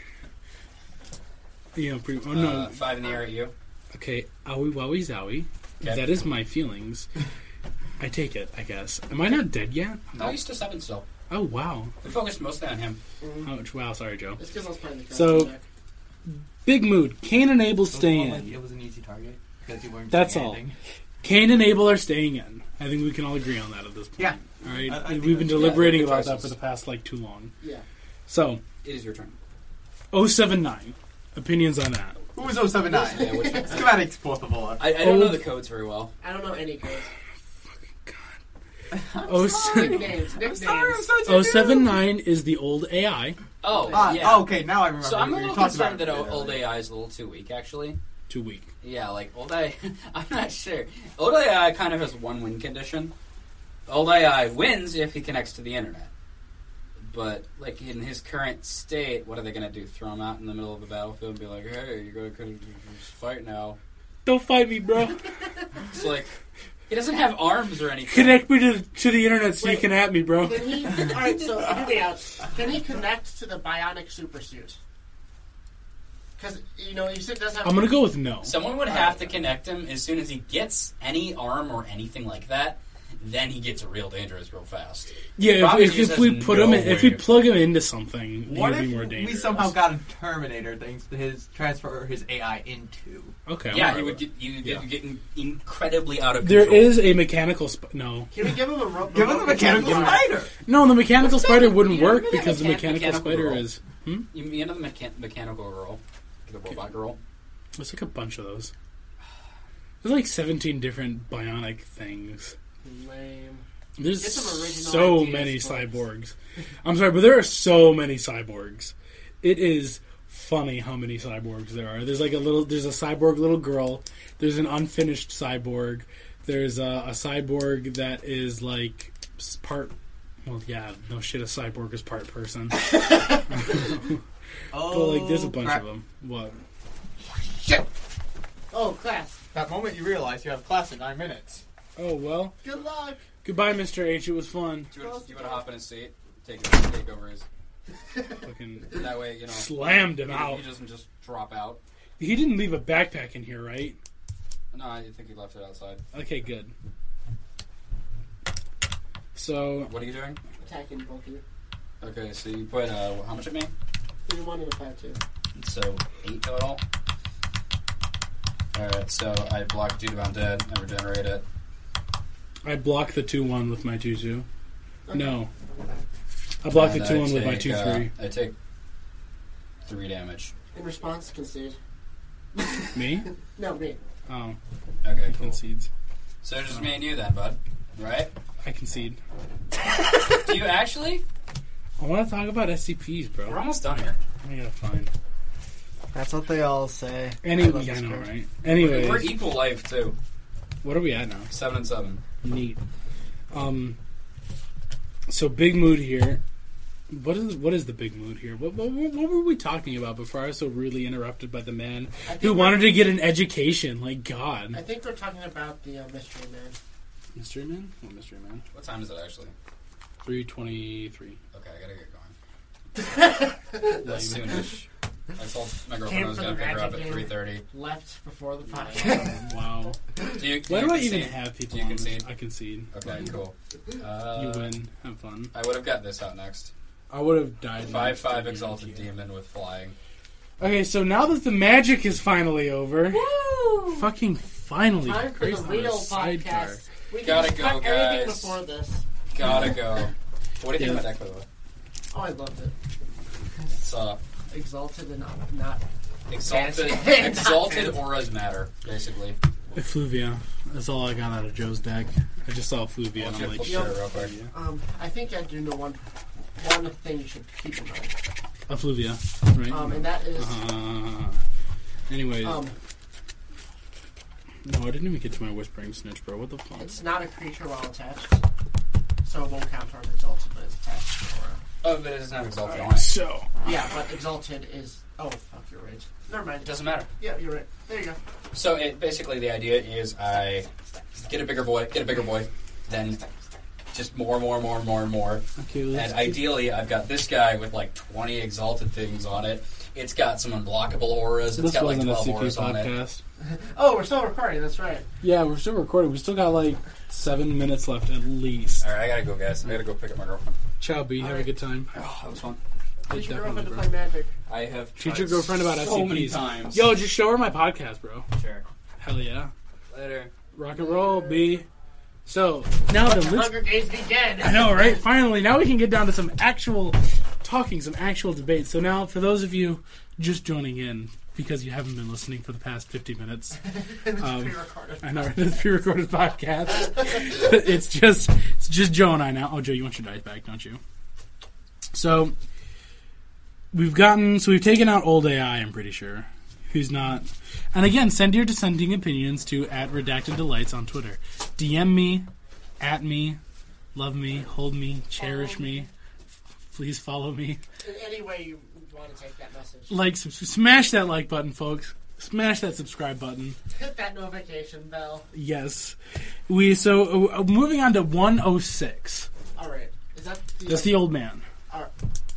You know, pre- oh no, Uh, five in the air at you. Okay, owie wowie zowie. Okay. That is my feelings. I take it, I guess. Am I not dead yet? No, he's still seven still. Oh wow. We focused mostly on him. Ouch, wow, sorry Joe. It's because I was playing the So- deck. Big mood. Cain and Abel It was stay more like in. It was an easy target because you weren't. That's saying all. anything. Cain and Abel are staying in. I think we can all agree on that at this point. Yeah. All right. I- I think We've been that's- deliberating yeah, good about that for choices. the past like too long. Yeah. So, It is your turn. 079. Opinions on that. Who was 079? Yeah, which, I, oh Schematic's fourth of all. I don't know Old- the codes very well. I don't know any codes. Oh seven Nicknames. Nicknames. Sorry, I'm such a oh dude. seven nine is the old AI. Oh, Ah, yeah. okay, now I remember. so I'm what a you little talked about concerned that it o- old earlier. AI is a little too weak, actually. Too weak. Yeah, like old AI. I'm not sure. Old AI kind of has one win condition. Old AI wins if he connects to the internet. But like in his current state, what are they going to do? Throw him out in the middle of the battlefield and be like, "Hey, you're going to fight now." Don't fight me, bro. It's like he doesn't have arms or anything. Connect me to, to the internet so you Wait. can at me, bro. Can he? All right, so hear me out. Can he connect to the bionic super suit? Because you know, you said it does have. I'm gonna go with no. Someone would have to connect him as soon as he gets any arm or anything like that. Then he gets real dangerous real fast. Yeah, Probably if, if, just if we has put no him, in, if way we to- plug him into something, What he'd if be more we dangerous. somehow got a Terminator thanks to his transfer his AI into? Okay. yeah, I'm he all would right. get you would Yeah. get getting incredibly out of There control. is a mechanical sp- no, Can we give him a rope? Give him the mechanical Yeah. spider. no. The mechanical What's that? spider wouldn't You work remember that because the mechan- mechanical, mechanical spider girl? is. Hmm? You mean another mechan- mechanical girl, the robot girl. There's like a bunch of those. There's like 17 different bionic things. Lame. There's Get some original so ideas many for us. cyborgs. I'm sorry, but there are so many cyborgs. It is funny how many cyborgs there are. There's like a little. There's a cyborg little girl. There's an unfinished cyborg. There's a, a cyborg that is like s- part. Well, yeah, no shit. A cyborg is part person. but Oh, like, there's a bunch crap. of them. What? Oh, class. That moment you realize you have class in nine minutes. Oh well. Good luck. Goodbye, Mr. H. It was fun. Do you want to hop in his seat? Take take over his. Fucking That way, you know, slammed him he, out. he doesn't just drop out. He didn't leave a backpack in here, right? No, I think he left it outside. Okay, good. So What are you doing? Attacking both of you. Okay, so you put uh, how much at me? Three one and a five two. So eight total. All right, so I block dude if I'm dead. I regenerate it. I block the two one with my two two. No, I block the And two I one with my take, two uh, three. I take three damage. In response, concede. Me? No, me. Oh, Okay, he cool. concedes. So it's just me and you then, bud. Right? I concede. Do you actually? I want to talk about SCPs, We're bro. almost done here. I gotta find. That's what they all say. Anyway, yeah, I know, right? Anyways, We're equal life too. what are we at now? Seven and seven. Neat. Um. So big mood here. What is what is the big mood here? What what, what were we talking about before I was so rudely interrupted by the man who wanted to get an education? Like I God, think we're talking about the uh, mystery man. mystery man. What mystery man? What time is it actually? Three twenty three. Okay, I gotta get going. That's soonish. I told my girlfriend Came I was for gonna the pick her up ratchet at game. three thirty. Left before the podcast. Wow. Do you? do Why you do I concede? even have people? Do you on this? concede? I concede. Okay, cool. You Uh, win. Have fun. I would have got this out next. I would have died. Five next five to you. exalted demon with flying. Okay, so now that the magic is finally over, fucking finally, Time for Grace the on a real sidecar. podcast. We can Gotta just go, cut everything guys. before this. Gotta go. What do you Yeah. think about that, by the way? Oh, I loved it. It's uh, Exalted and not. not exalted Fancy. exalted auras matter basically. Effluvia. That's all I got out of Joe's deck. I just saw Effluvia Why and don't you I'm like, flip shit. through it real quick? um, I think I do know one one thing you should keep in mind. Effluvia, right? Um, and that is. uh, anyways, Um, no, I didn't even get to my whispering snitch, bro. What the fuck? it's not a creature while attached, so it won't count towards exalted, but it's attached. to aura. Oh, but it doesn't have exalted on it. So, Yeah, but exalted is. Oh, fuck, you're right. Never mind. It doesn't matter. Yeah, you're right. There you go. So it basically the idea is I get a bigger boy, get a bigger boy, then just more, more, more, more, more. okay, And let's ideally, I've got this guy with like 20 exalted things on it. It's got some unblockable auras. It's this got like wasn't a 12 CP auras on it. podcast. Oh, we're still recording. That's right. Yeah, we're still recording. We still got like seven minutes left at least. All right, I gotta go, guys. I gotta go pick up my girlfriend. Ciao, B. Have a right. good time. Oh, that was fun. Teach definitely, your girlfriend to bro. play magic. I have Teach tried your girlfriend about so many SCPs. times. Yo, just show her my podcast, bro. sure. Hell yeah, Later. rock and roll, B. So now then, let's Hunger Games I begin. know, right? Finally, now we can get down to some actual talking, some actual debate. So now, for those of you just joining in, because you haven't been listening for the past 50 minutes, it's Um, pre-recorded. I know right? it's a pre-recorded podcast. it's just it's just Joe and I now. Oh, Joe, you want your dice back, don't you? So we've gotten so we've taken out old AI. I'm pretty sure who's not. And again, send your dissenting opinions to at redacted delights on Twitter. DM me, at me, love me, hold me, cherish me, Please follow me. In any way you want to take that message. Like, subs smash that like button, folks. Smash that subscribe button. Hit that notification bell. Yes. We so uh, uh, moving on to 106. All right. Is that the? That's the old man. all right.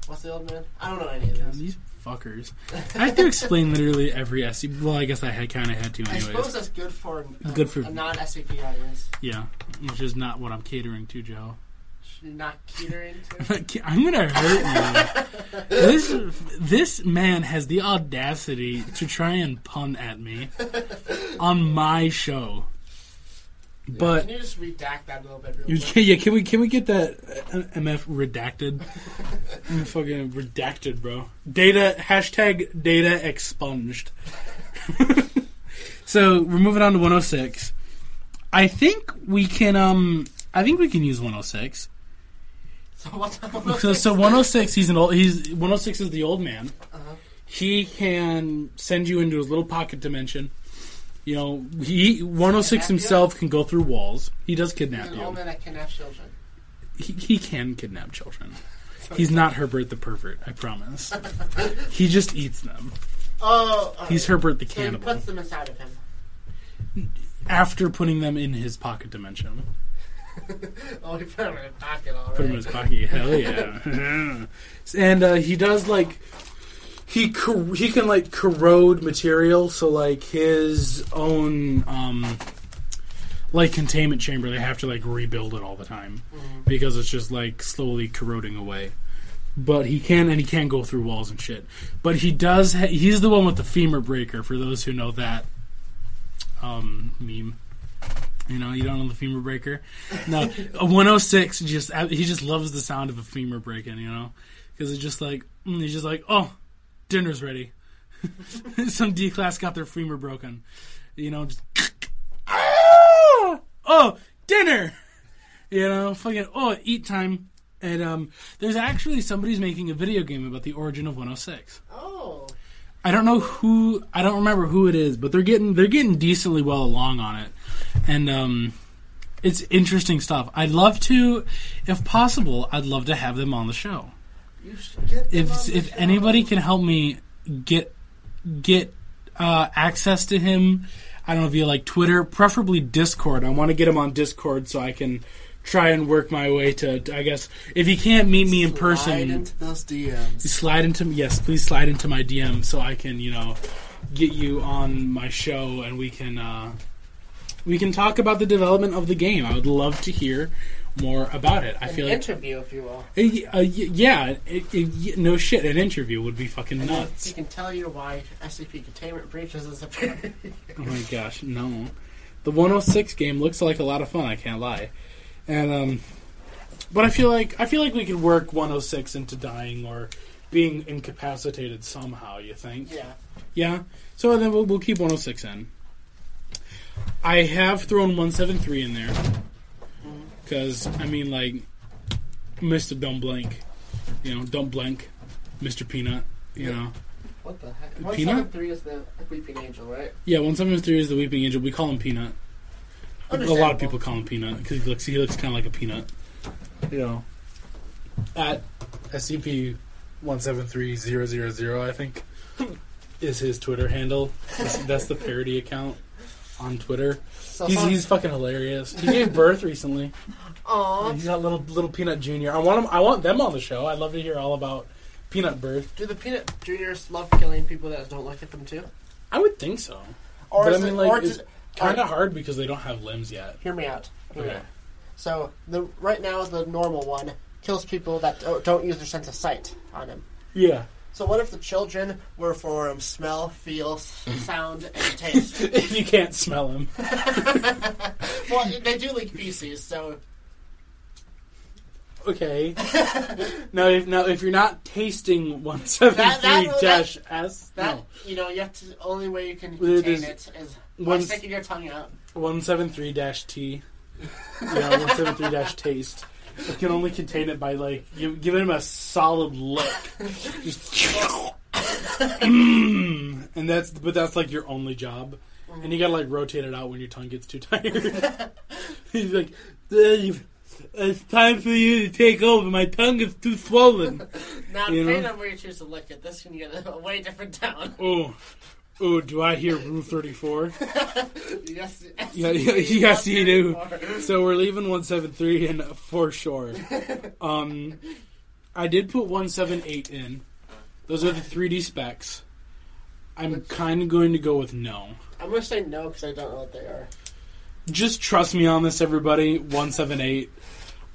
What's the old man? I don't know any of God, this. these fuckers. I have to explain literally every SC. Well, I guess I had kind of had to I suppose anyways. that's good for a, Good for- a non-SVP audience. Yeah, which is not what I'm catering to, Joe. You're not catering to. I'm gonna hurt you. this this man has the audacity to try and pun at me on my show. But Can you just redact that a little bit? Real You- quick? Can, yeah, can we can we get that uh, MF redacted? Mm, fucking redacted, bro. Data hashtag data expunged. so we're moving on to 106. I think we can um I think we can use 106. So what's up? So, so 106 he's an old he's 106 is the old man. Uh-huh. He can send you into his little pocket dimension. You know, he 106 Kidnap you? himself can go through walls. He does kidnap an you old man that kidnaps children. he, he can kidnap children. He's not Herbert the pervert, I promise. he just eats them. Oh, all He's right. Herbert the So he cannibal. puts them inside of him. After putting them in his pocket dimension, Oh, he put them in a pocket put already. them in his pocket. Hell yeah! and uh, he does like he cor- he can like corrode material. So like his own um like containment chamber, they have to like rebuild it all the time because it's just like slowly corroding away. but he can and he can go through walls and shit. But he does. Ha- he's the one with the femur breaker. For those who know that um, meme, you know you don't know the femur breaker. No, a 106 just uh, he just loves the sound of a femur breaking. You know, because it's just like mm, he's just like oh, dinner's ready. Some D class got their femur broken. You know, just ah! oh dinner. You know, fucking oh, eat time. And um, there's actually somebody's making a video game about the origin of 106. Oh, I don't know who, I don't remember who it is, but they're getting they're getting decently well along on it, and um, it's interesting stuff. I'd love to, if possible, I'd love to have them on the show. you should get them on If the if show. anybody can help me get get uh, access to him, I don't know via like Twitter, preferably Discord. I want to get him on Discord so I can try and work my way to. to, I guess if he can't meet me in person, Slide into those DMs. slide into yes, please slide into my DM so I can you know get you on my show and we can uh, we can talk about the development of the game. I would love to hear more about it. I an feel like interview, if you will. uh, y- uh, y- yeah, it, it, y- no shit. An interview would be fucking He nuts. can tell you why SCP containment breaches is a Oh my gosh, no. The 106 game looks like a lot of fun. I can't lie, and um, but I feel like I feel like we could work 106 into dying or being incapacitated somehow. You think? yeah. Yeah. So then we'll, we'll keep 106 in. I have thrown 173 in there. Because, I mean, like, Mr. Don't Blank. You know, Don't Blank. Mr. Peanut. You know. What the heck? Peanut? One seven three is the Weeping Angel, right? Yeah, 173 is the Weeping Angel. We call him Peanut. A lot of Understandable. people call him Peanut because he looks, he looks kind of like a peanut. You know. At SCP 173000, I think, is his Twitter handle. That's, that's the parody account on Twitter. So He's, some- he's fucking hilarious. He gave birth recently. Aw. He's got little little Peanut Junior. I want him. I want them on the show. I'd love to hear all about Peanut birth. Do the Peanut Juniors love killing people that don't look at them too? I would think so, Or but I is mean, it, like, or it's does- kind of hard because they don't have limbs yet. Hear me out. Hear me Okay. out. So the right now the normal one kills people that do- don't use their sense of sight on him. Yeah. So what if the children were for um, smell, feel, s- sound, and taste? If you can't smell him, well, they do leak feces, so okay. no, if no, if you're not tasting one seven three that- dash S, that no, you know you have to. Only way you can Well, contain there's- it is by once- sticking your tongue out. one seven three dash T, yeah, one seven three dash taste. It can only contain it by like you giving him a solid lick, just Mm. and that's but that's like your only job, and you gotta like rotate it out when your tongue gets too tired. He's like, "Dave, It's time for you to take over. My tongue is too swollen. Now, You depending know? on where you choose to look at this, can get a way different town. Oh, oh, do I hear Rule 34? yes, Yeah, yeah, yes, you do. So we're leaving 173 in for sure. Um, I did put 178 in. Those are the 3D specs. I'm kind of going to go with no. I'm gonna say no because I don't know what they are. Just trust me on this, everybody. 178.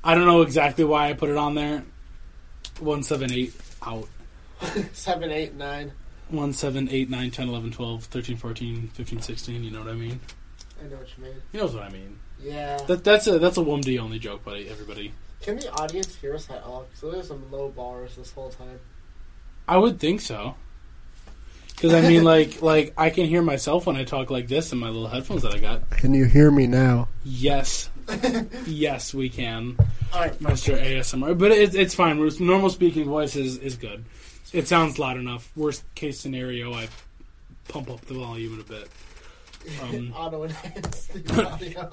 I don't know exactly why I put it on there. 178 out. Seven, eight, nine. 1, 7, 8, 9, 10, 11, 12, 13, 14, 15, 16. You know what I mean? I know what you mean. You know what I mean. Yeah. That, that's a that's a 1D only joke, buddy, everybody. Can the audience hear us at all? Because there's some low bars this whole time. I would think so. Because I mean, like, like I can hear myself when I talk like this in my little headphones that I got. Can you hear me now? Yes, yes, we can, All right, Mister ASMR. But it's it's fine. We're- Normal speaking voice is, is good. It sounds loud enough. Worst case scenario, I pump up the volume in a bit. Um, auto enhance the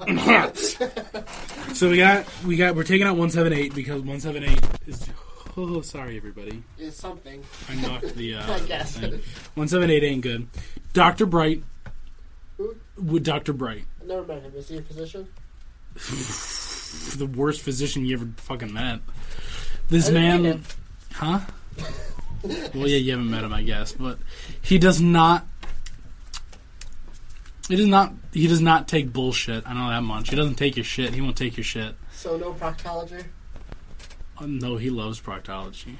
audio. so we got we got we're taking out one seven eight because one seven eight is. Oh, sorry, everybody. It's something. I knocked the. Uh, I guess. thing. One seven eight ain't good. Doctor Bright. Who? With Doctor Bright, Never mind. Is he a physician? the worst physician you ever fucking met. This I didn't meet man, him. huh? well, yeah, you haven't met him, I guess, but he does not. He does not. He does not take bullshit. I know that much. He doesn't take your shit. He won't take your shit. So no proctology. Oh, no, he loves proctology.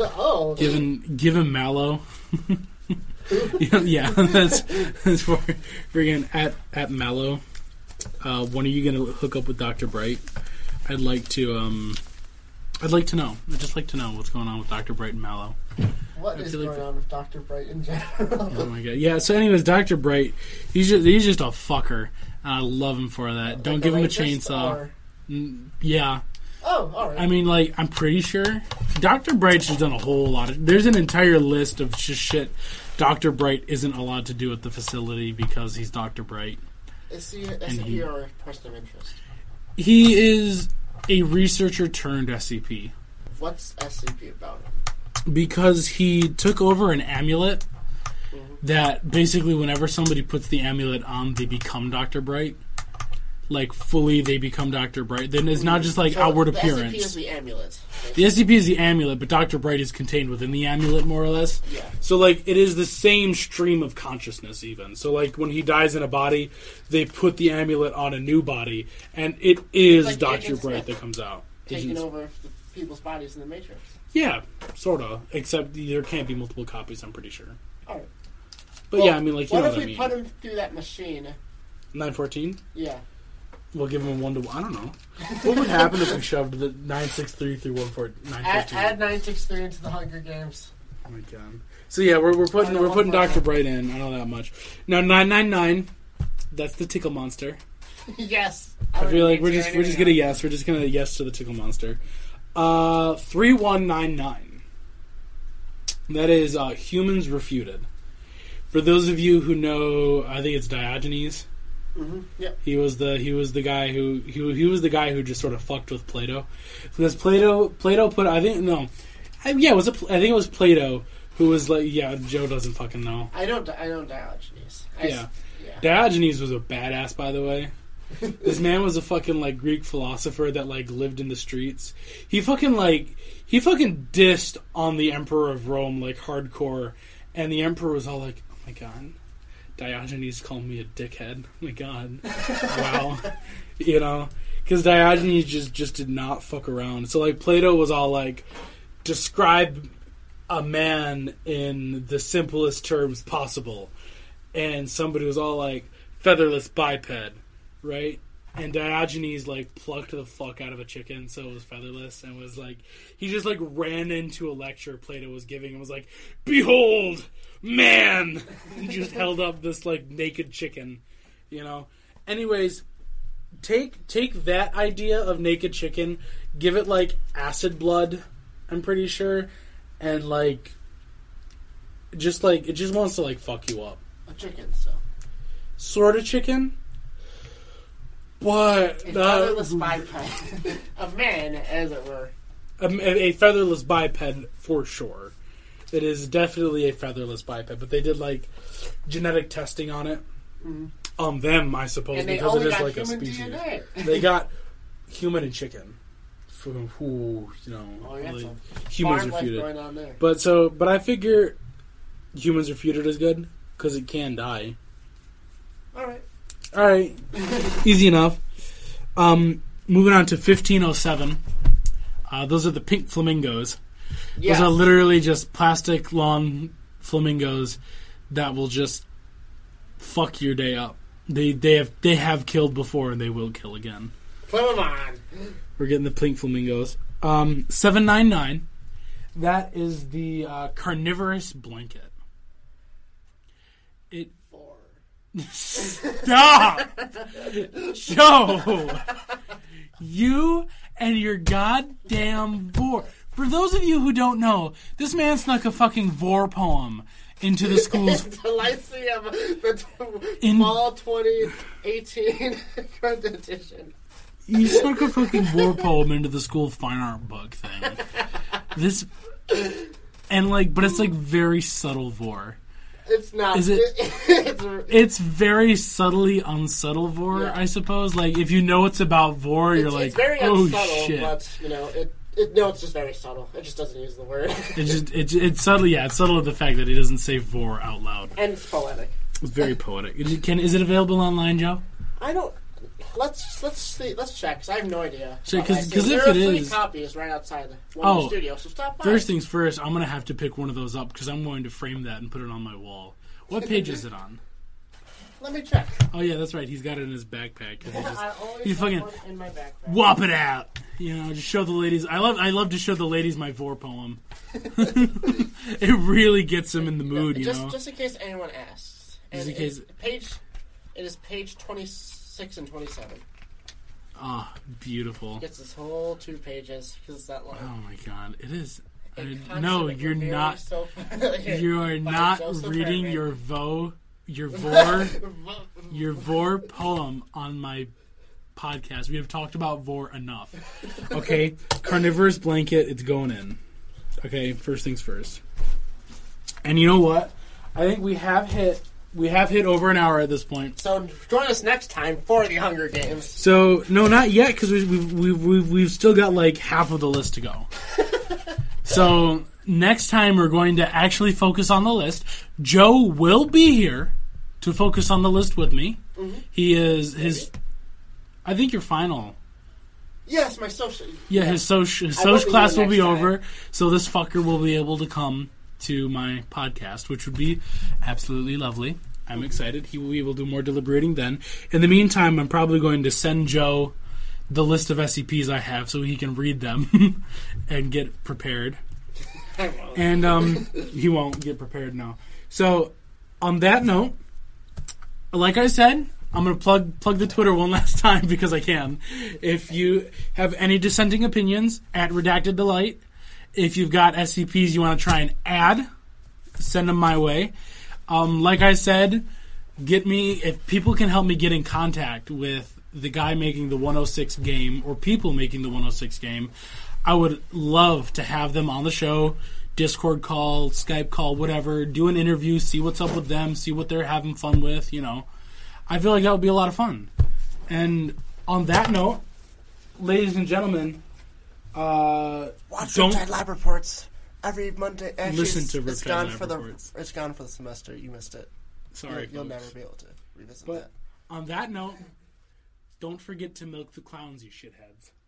Oh, Give him, give him mallow. yeah, yeah, that's that's for friggin' at at mallow. Uh, when are you gonna hook up with Doctor Bright? I'd like to. Um, I'd like to know. I'd just like to know what's going on with Doctor Bright and Mallow. what I is feel going like the- on with Doctor Bright in general? Oh my god. Yeah. So, anyways, Doctor Bright, he's just he's just a fucker. And I love him for that. Don't Like give him a rapist chainsaw. or- Mm, yeah. Oh, all right. I mean, like, I'm pretty sure Dr. Bright's just done a whole lot of. There's an entire list of just shit Dr. Bright isn't allowed to do at the facility because he's Dr. Bright. is he is and he he- your person of interest? He is a researcher turned SCP What's SCP about? because he took over an amulet that basically, whenever somebody puts the amulet on, they become Dr. Bright. Like, fully, they become Dr. Bright. Then it's not just like Mm-hmm. So outward the appearance. SCP is the amulet. The SCP is the amulet, but Dr. Bright is contained within the amulet, more or less. Yeah. So, like, it is the same stream of consciousness, even. So, like, when he dies in a body, they put the amulet on a new body, and it is Like Dr. Agent Bright Smith. that comes out. Taking Agent- over the people's bodies in the Matrix. Yeah, sort of. Except there can't be multiple copies, I'm pretty sure. All right. But yeah, I mean, like, you what know if what I we mean. put him through that machine? 914? Yeah. We'll give him a 1 to 1. I don't know. What would happen if we shoved the 963 through 114? Add, add 963 into the Hunger Games. Oh my god. So yeah, we're, we're putting I we're know putting one more Doctor Bright in. I know that much. Now nine nine nine. That's the tickle monster. yes. I feel like we're just we're just gonna yes. We're just gonna yes to the tickle monster. Uh, three one nine nine. That is uh, humans refuted. For those of you who know, I think it's Diogenes. hmm Yep. He was the he was the guy who he, he was the guy who just sort of fucked with Plato, because Plato Plato put I think no, I, yeah it was a, Pl- I think it was Plato who was like yeah Joe doesn't fucking know I don't. I don't Diogenes. I Yeah. S- yeah. Diogenes was a badass, by the way. this man was a fucking like Greek philosopher that like lived in the streets. He fucking like he fucking dissed on the emperor of Rome like hardcore, and the emperor was all like, "Oh my god, Diogenes called me a dickhead. Oh my god, wow, you know." Because Diogenes just just did not fuck around. So like Plato was all like, describe a man in the simplest terms possible and somebody was all like featherless biped, right? And Diogenes like plucked the fuck out of a chicken, so it was featherless, and was like he just like ran into a lecture Plato was giving and was like, "Behold, man!" and just held up this like naked chicken, you know. Anyways, take take that idea of naked chicken, give it like acid blood, I'm pretty sure, and like just like it just wants to like fuck you up A chicken. So. sort of chicken. What? A Uh, featherless biped. a man, as it were. a, a featherless biped for sure. It is definitely a featherless biped, but they did like genetic testing on it on them, I suppose, Mm-hmm. And they because it only is got like a human species. DNA. They got human and chicken. From who you know, Oh, yeah, really, so humans Farm life going refuted. on there. But so, but I figure humans refuted is good because it can die. All right. All right, easy enough. Um, moving on to fifteen oh seven. Uh, those are the pink flamingos. Yeah. Those are literally just plastic long flamingos that will just fuck your day up. They they have they have killed before and they will kill again. Put 'em on. We're getting the pink flamingos. Um, seven nine nine. That is the uh, carnivorous blanket. It. Stop, Joe. You and your goddamn vor. For those of you who don't know, this man snuck a fucking vor poem into the school's The Lyceum, the t- In- fall 2018 current edition. You snuck a fucking war poem into the school fine art book thing. This and like, but it's like very subtle vor. It's not. Is it- it's a- It's very subtly unsubtle vor, Yeah. I suppose. Like if you know it's about vor, you're it's, like, it's very oh unsubtle, shit. but you know, it, it. No, it's just very subtle. It just doesn't use the word, It just it, it's subtly yeah, it's subtle of the fact that he doesn't say vor out loud. and it's poetic. It's very poetic. Is it, can is it available online, Joe? I don't. Let's let's see. Let's check. Cause I have no idea. Check, about 'cause- Lyceum. 'cause there if are it three is- copies right outside the one of Oh. the studio. So stop by. First things first, I'm gonna have to pick one of those up because I'm going to frame that and put it on my wall. What page is it on? Let me check. Oh yeah, that's right. He's got it in his backpack. 'cause he just- I always you have fucking- one in my backpack. whop it out. You know, just show the ladies. I love I love to show the ladies my vor poem. it really gets them in the mood, you just, know. just in case anyone asks. Just And in case- it- page, it is page twenty six and twenty seven. Ah, beautiful. Gets this whole two pages because it's that long. Oh my god, it is. A I, concept no, of you're Rivera not. so- You are by not Joseph reading Herman. your vo your vor your vor poem on my podcast. We have talked about vor enough. Okay, carnivorous blanket. It's going in. Okay, first things first. And you know what? I think we have hit we have hit over an hour at this point. So join us next time for the Hunger Games. So no, not yet because we we've, we've we've we've still got like half of the list to go. so next time we're going to actually focus on the list. Joe will be here to focus on the list with me. He is his. I think your final. Yes, my social. Yeah, his social his I will social be class here will be next time. over, so this fucker will be able to come to my podcast, which would be absolutely lovely. I'm excited. He will be able to do more deliberating then. In the meantime, I'm probably going to send Joe the list of SCPs I have so he can read them and get prepared. I won't. And um, he won't get prepared now. So, on that note, like I said, I'm gonna plug plug the Twitter one last time because I can. If you have any dissenting opinions, at Redacted Delight. If you've got SCPs you want to try and add, send them my way. Um, like I said, get me if people can help me get in contact with the guy making the 106 game or people making the 106 game i would love to have them on the show discord call skype call whatever do an interview see what's up with them see what they're having fun with you know i feel like that would be a lot of fun and on that note ladies and gentlemen uh Watch Don't- Riptide Lab Reports every Monday. Actually, Listen it's- to it's Riptide gone Lab for the Reports. it's gone for the semester. You missed it. sorry You'll folks. never be able to revisit but that. on that note don't forget to milk the clowns you shitheads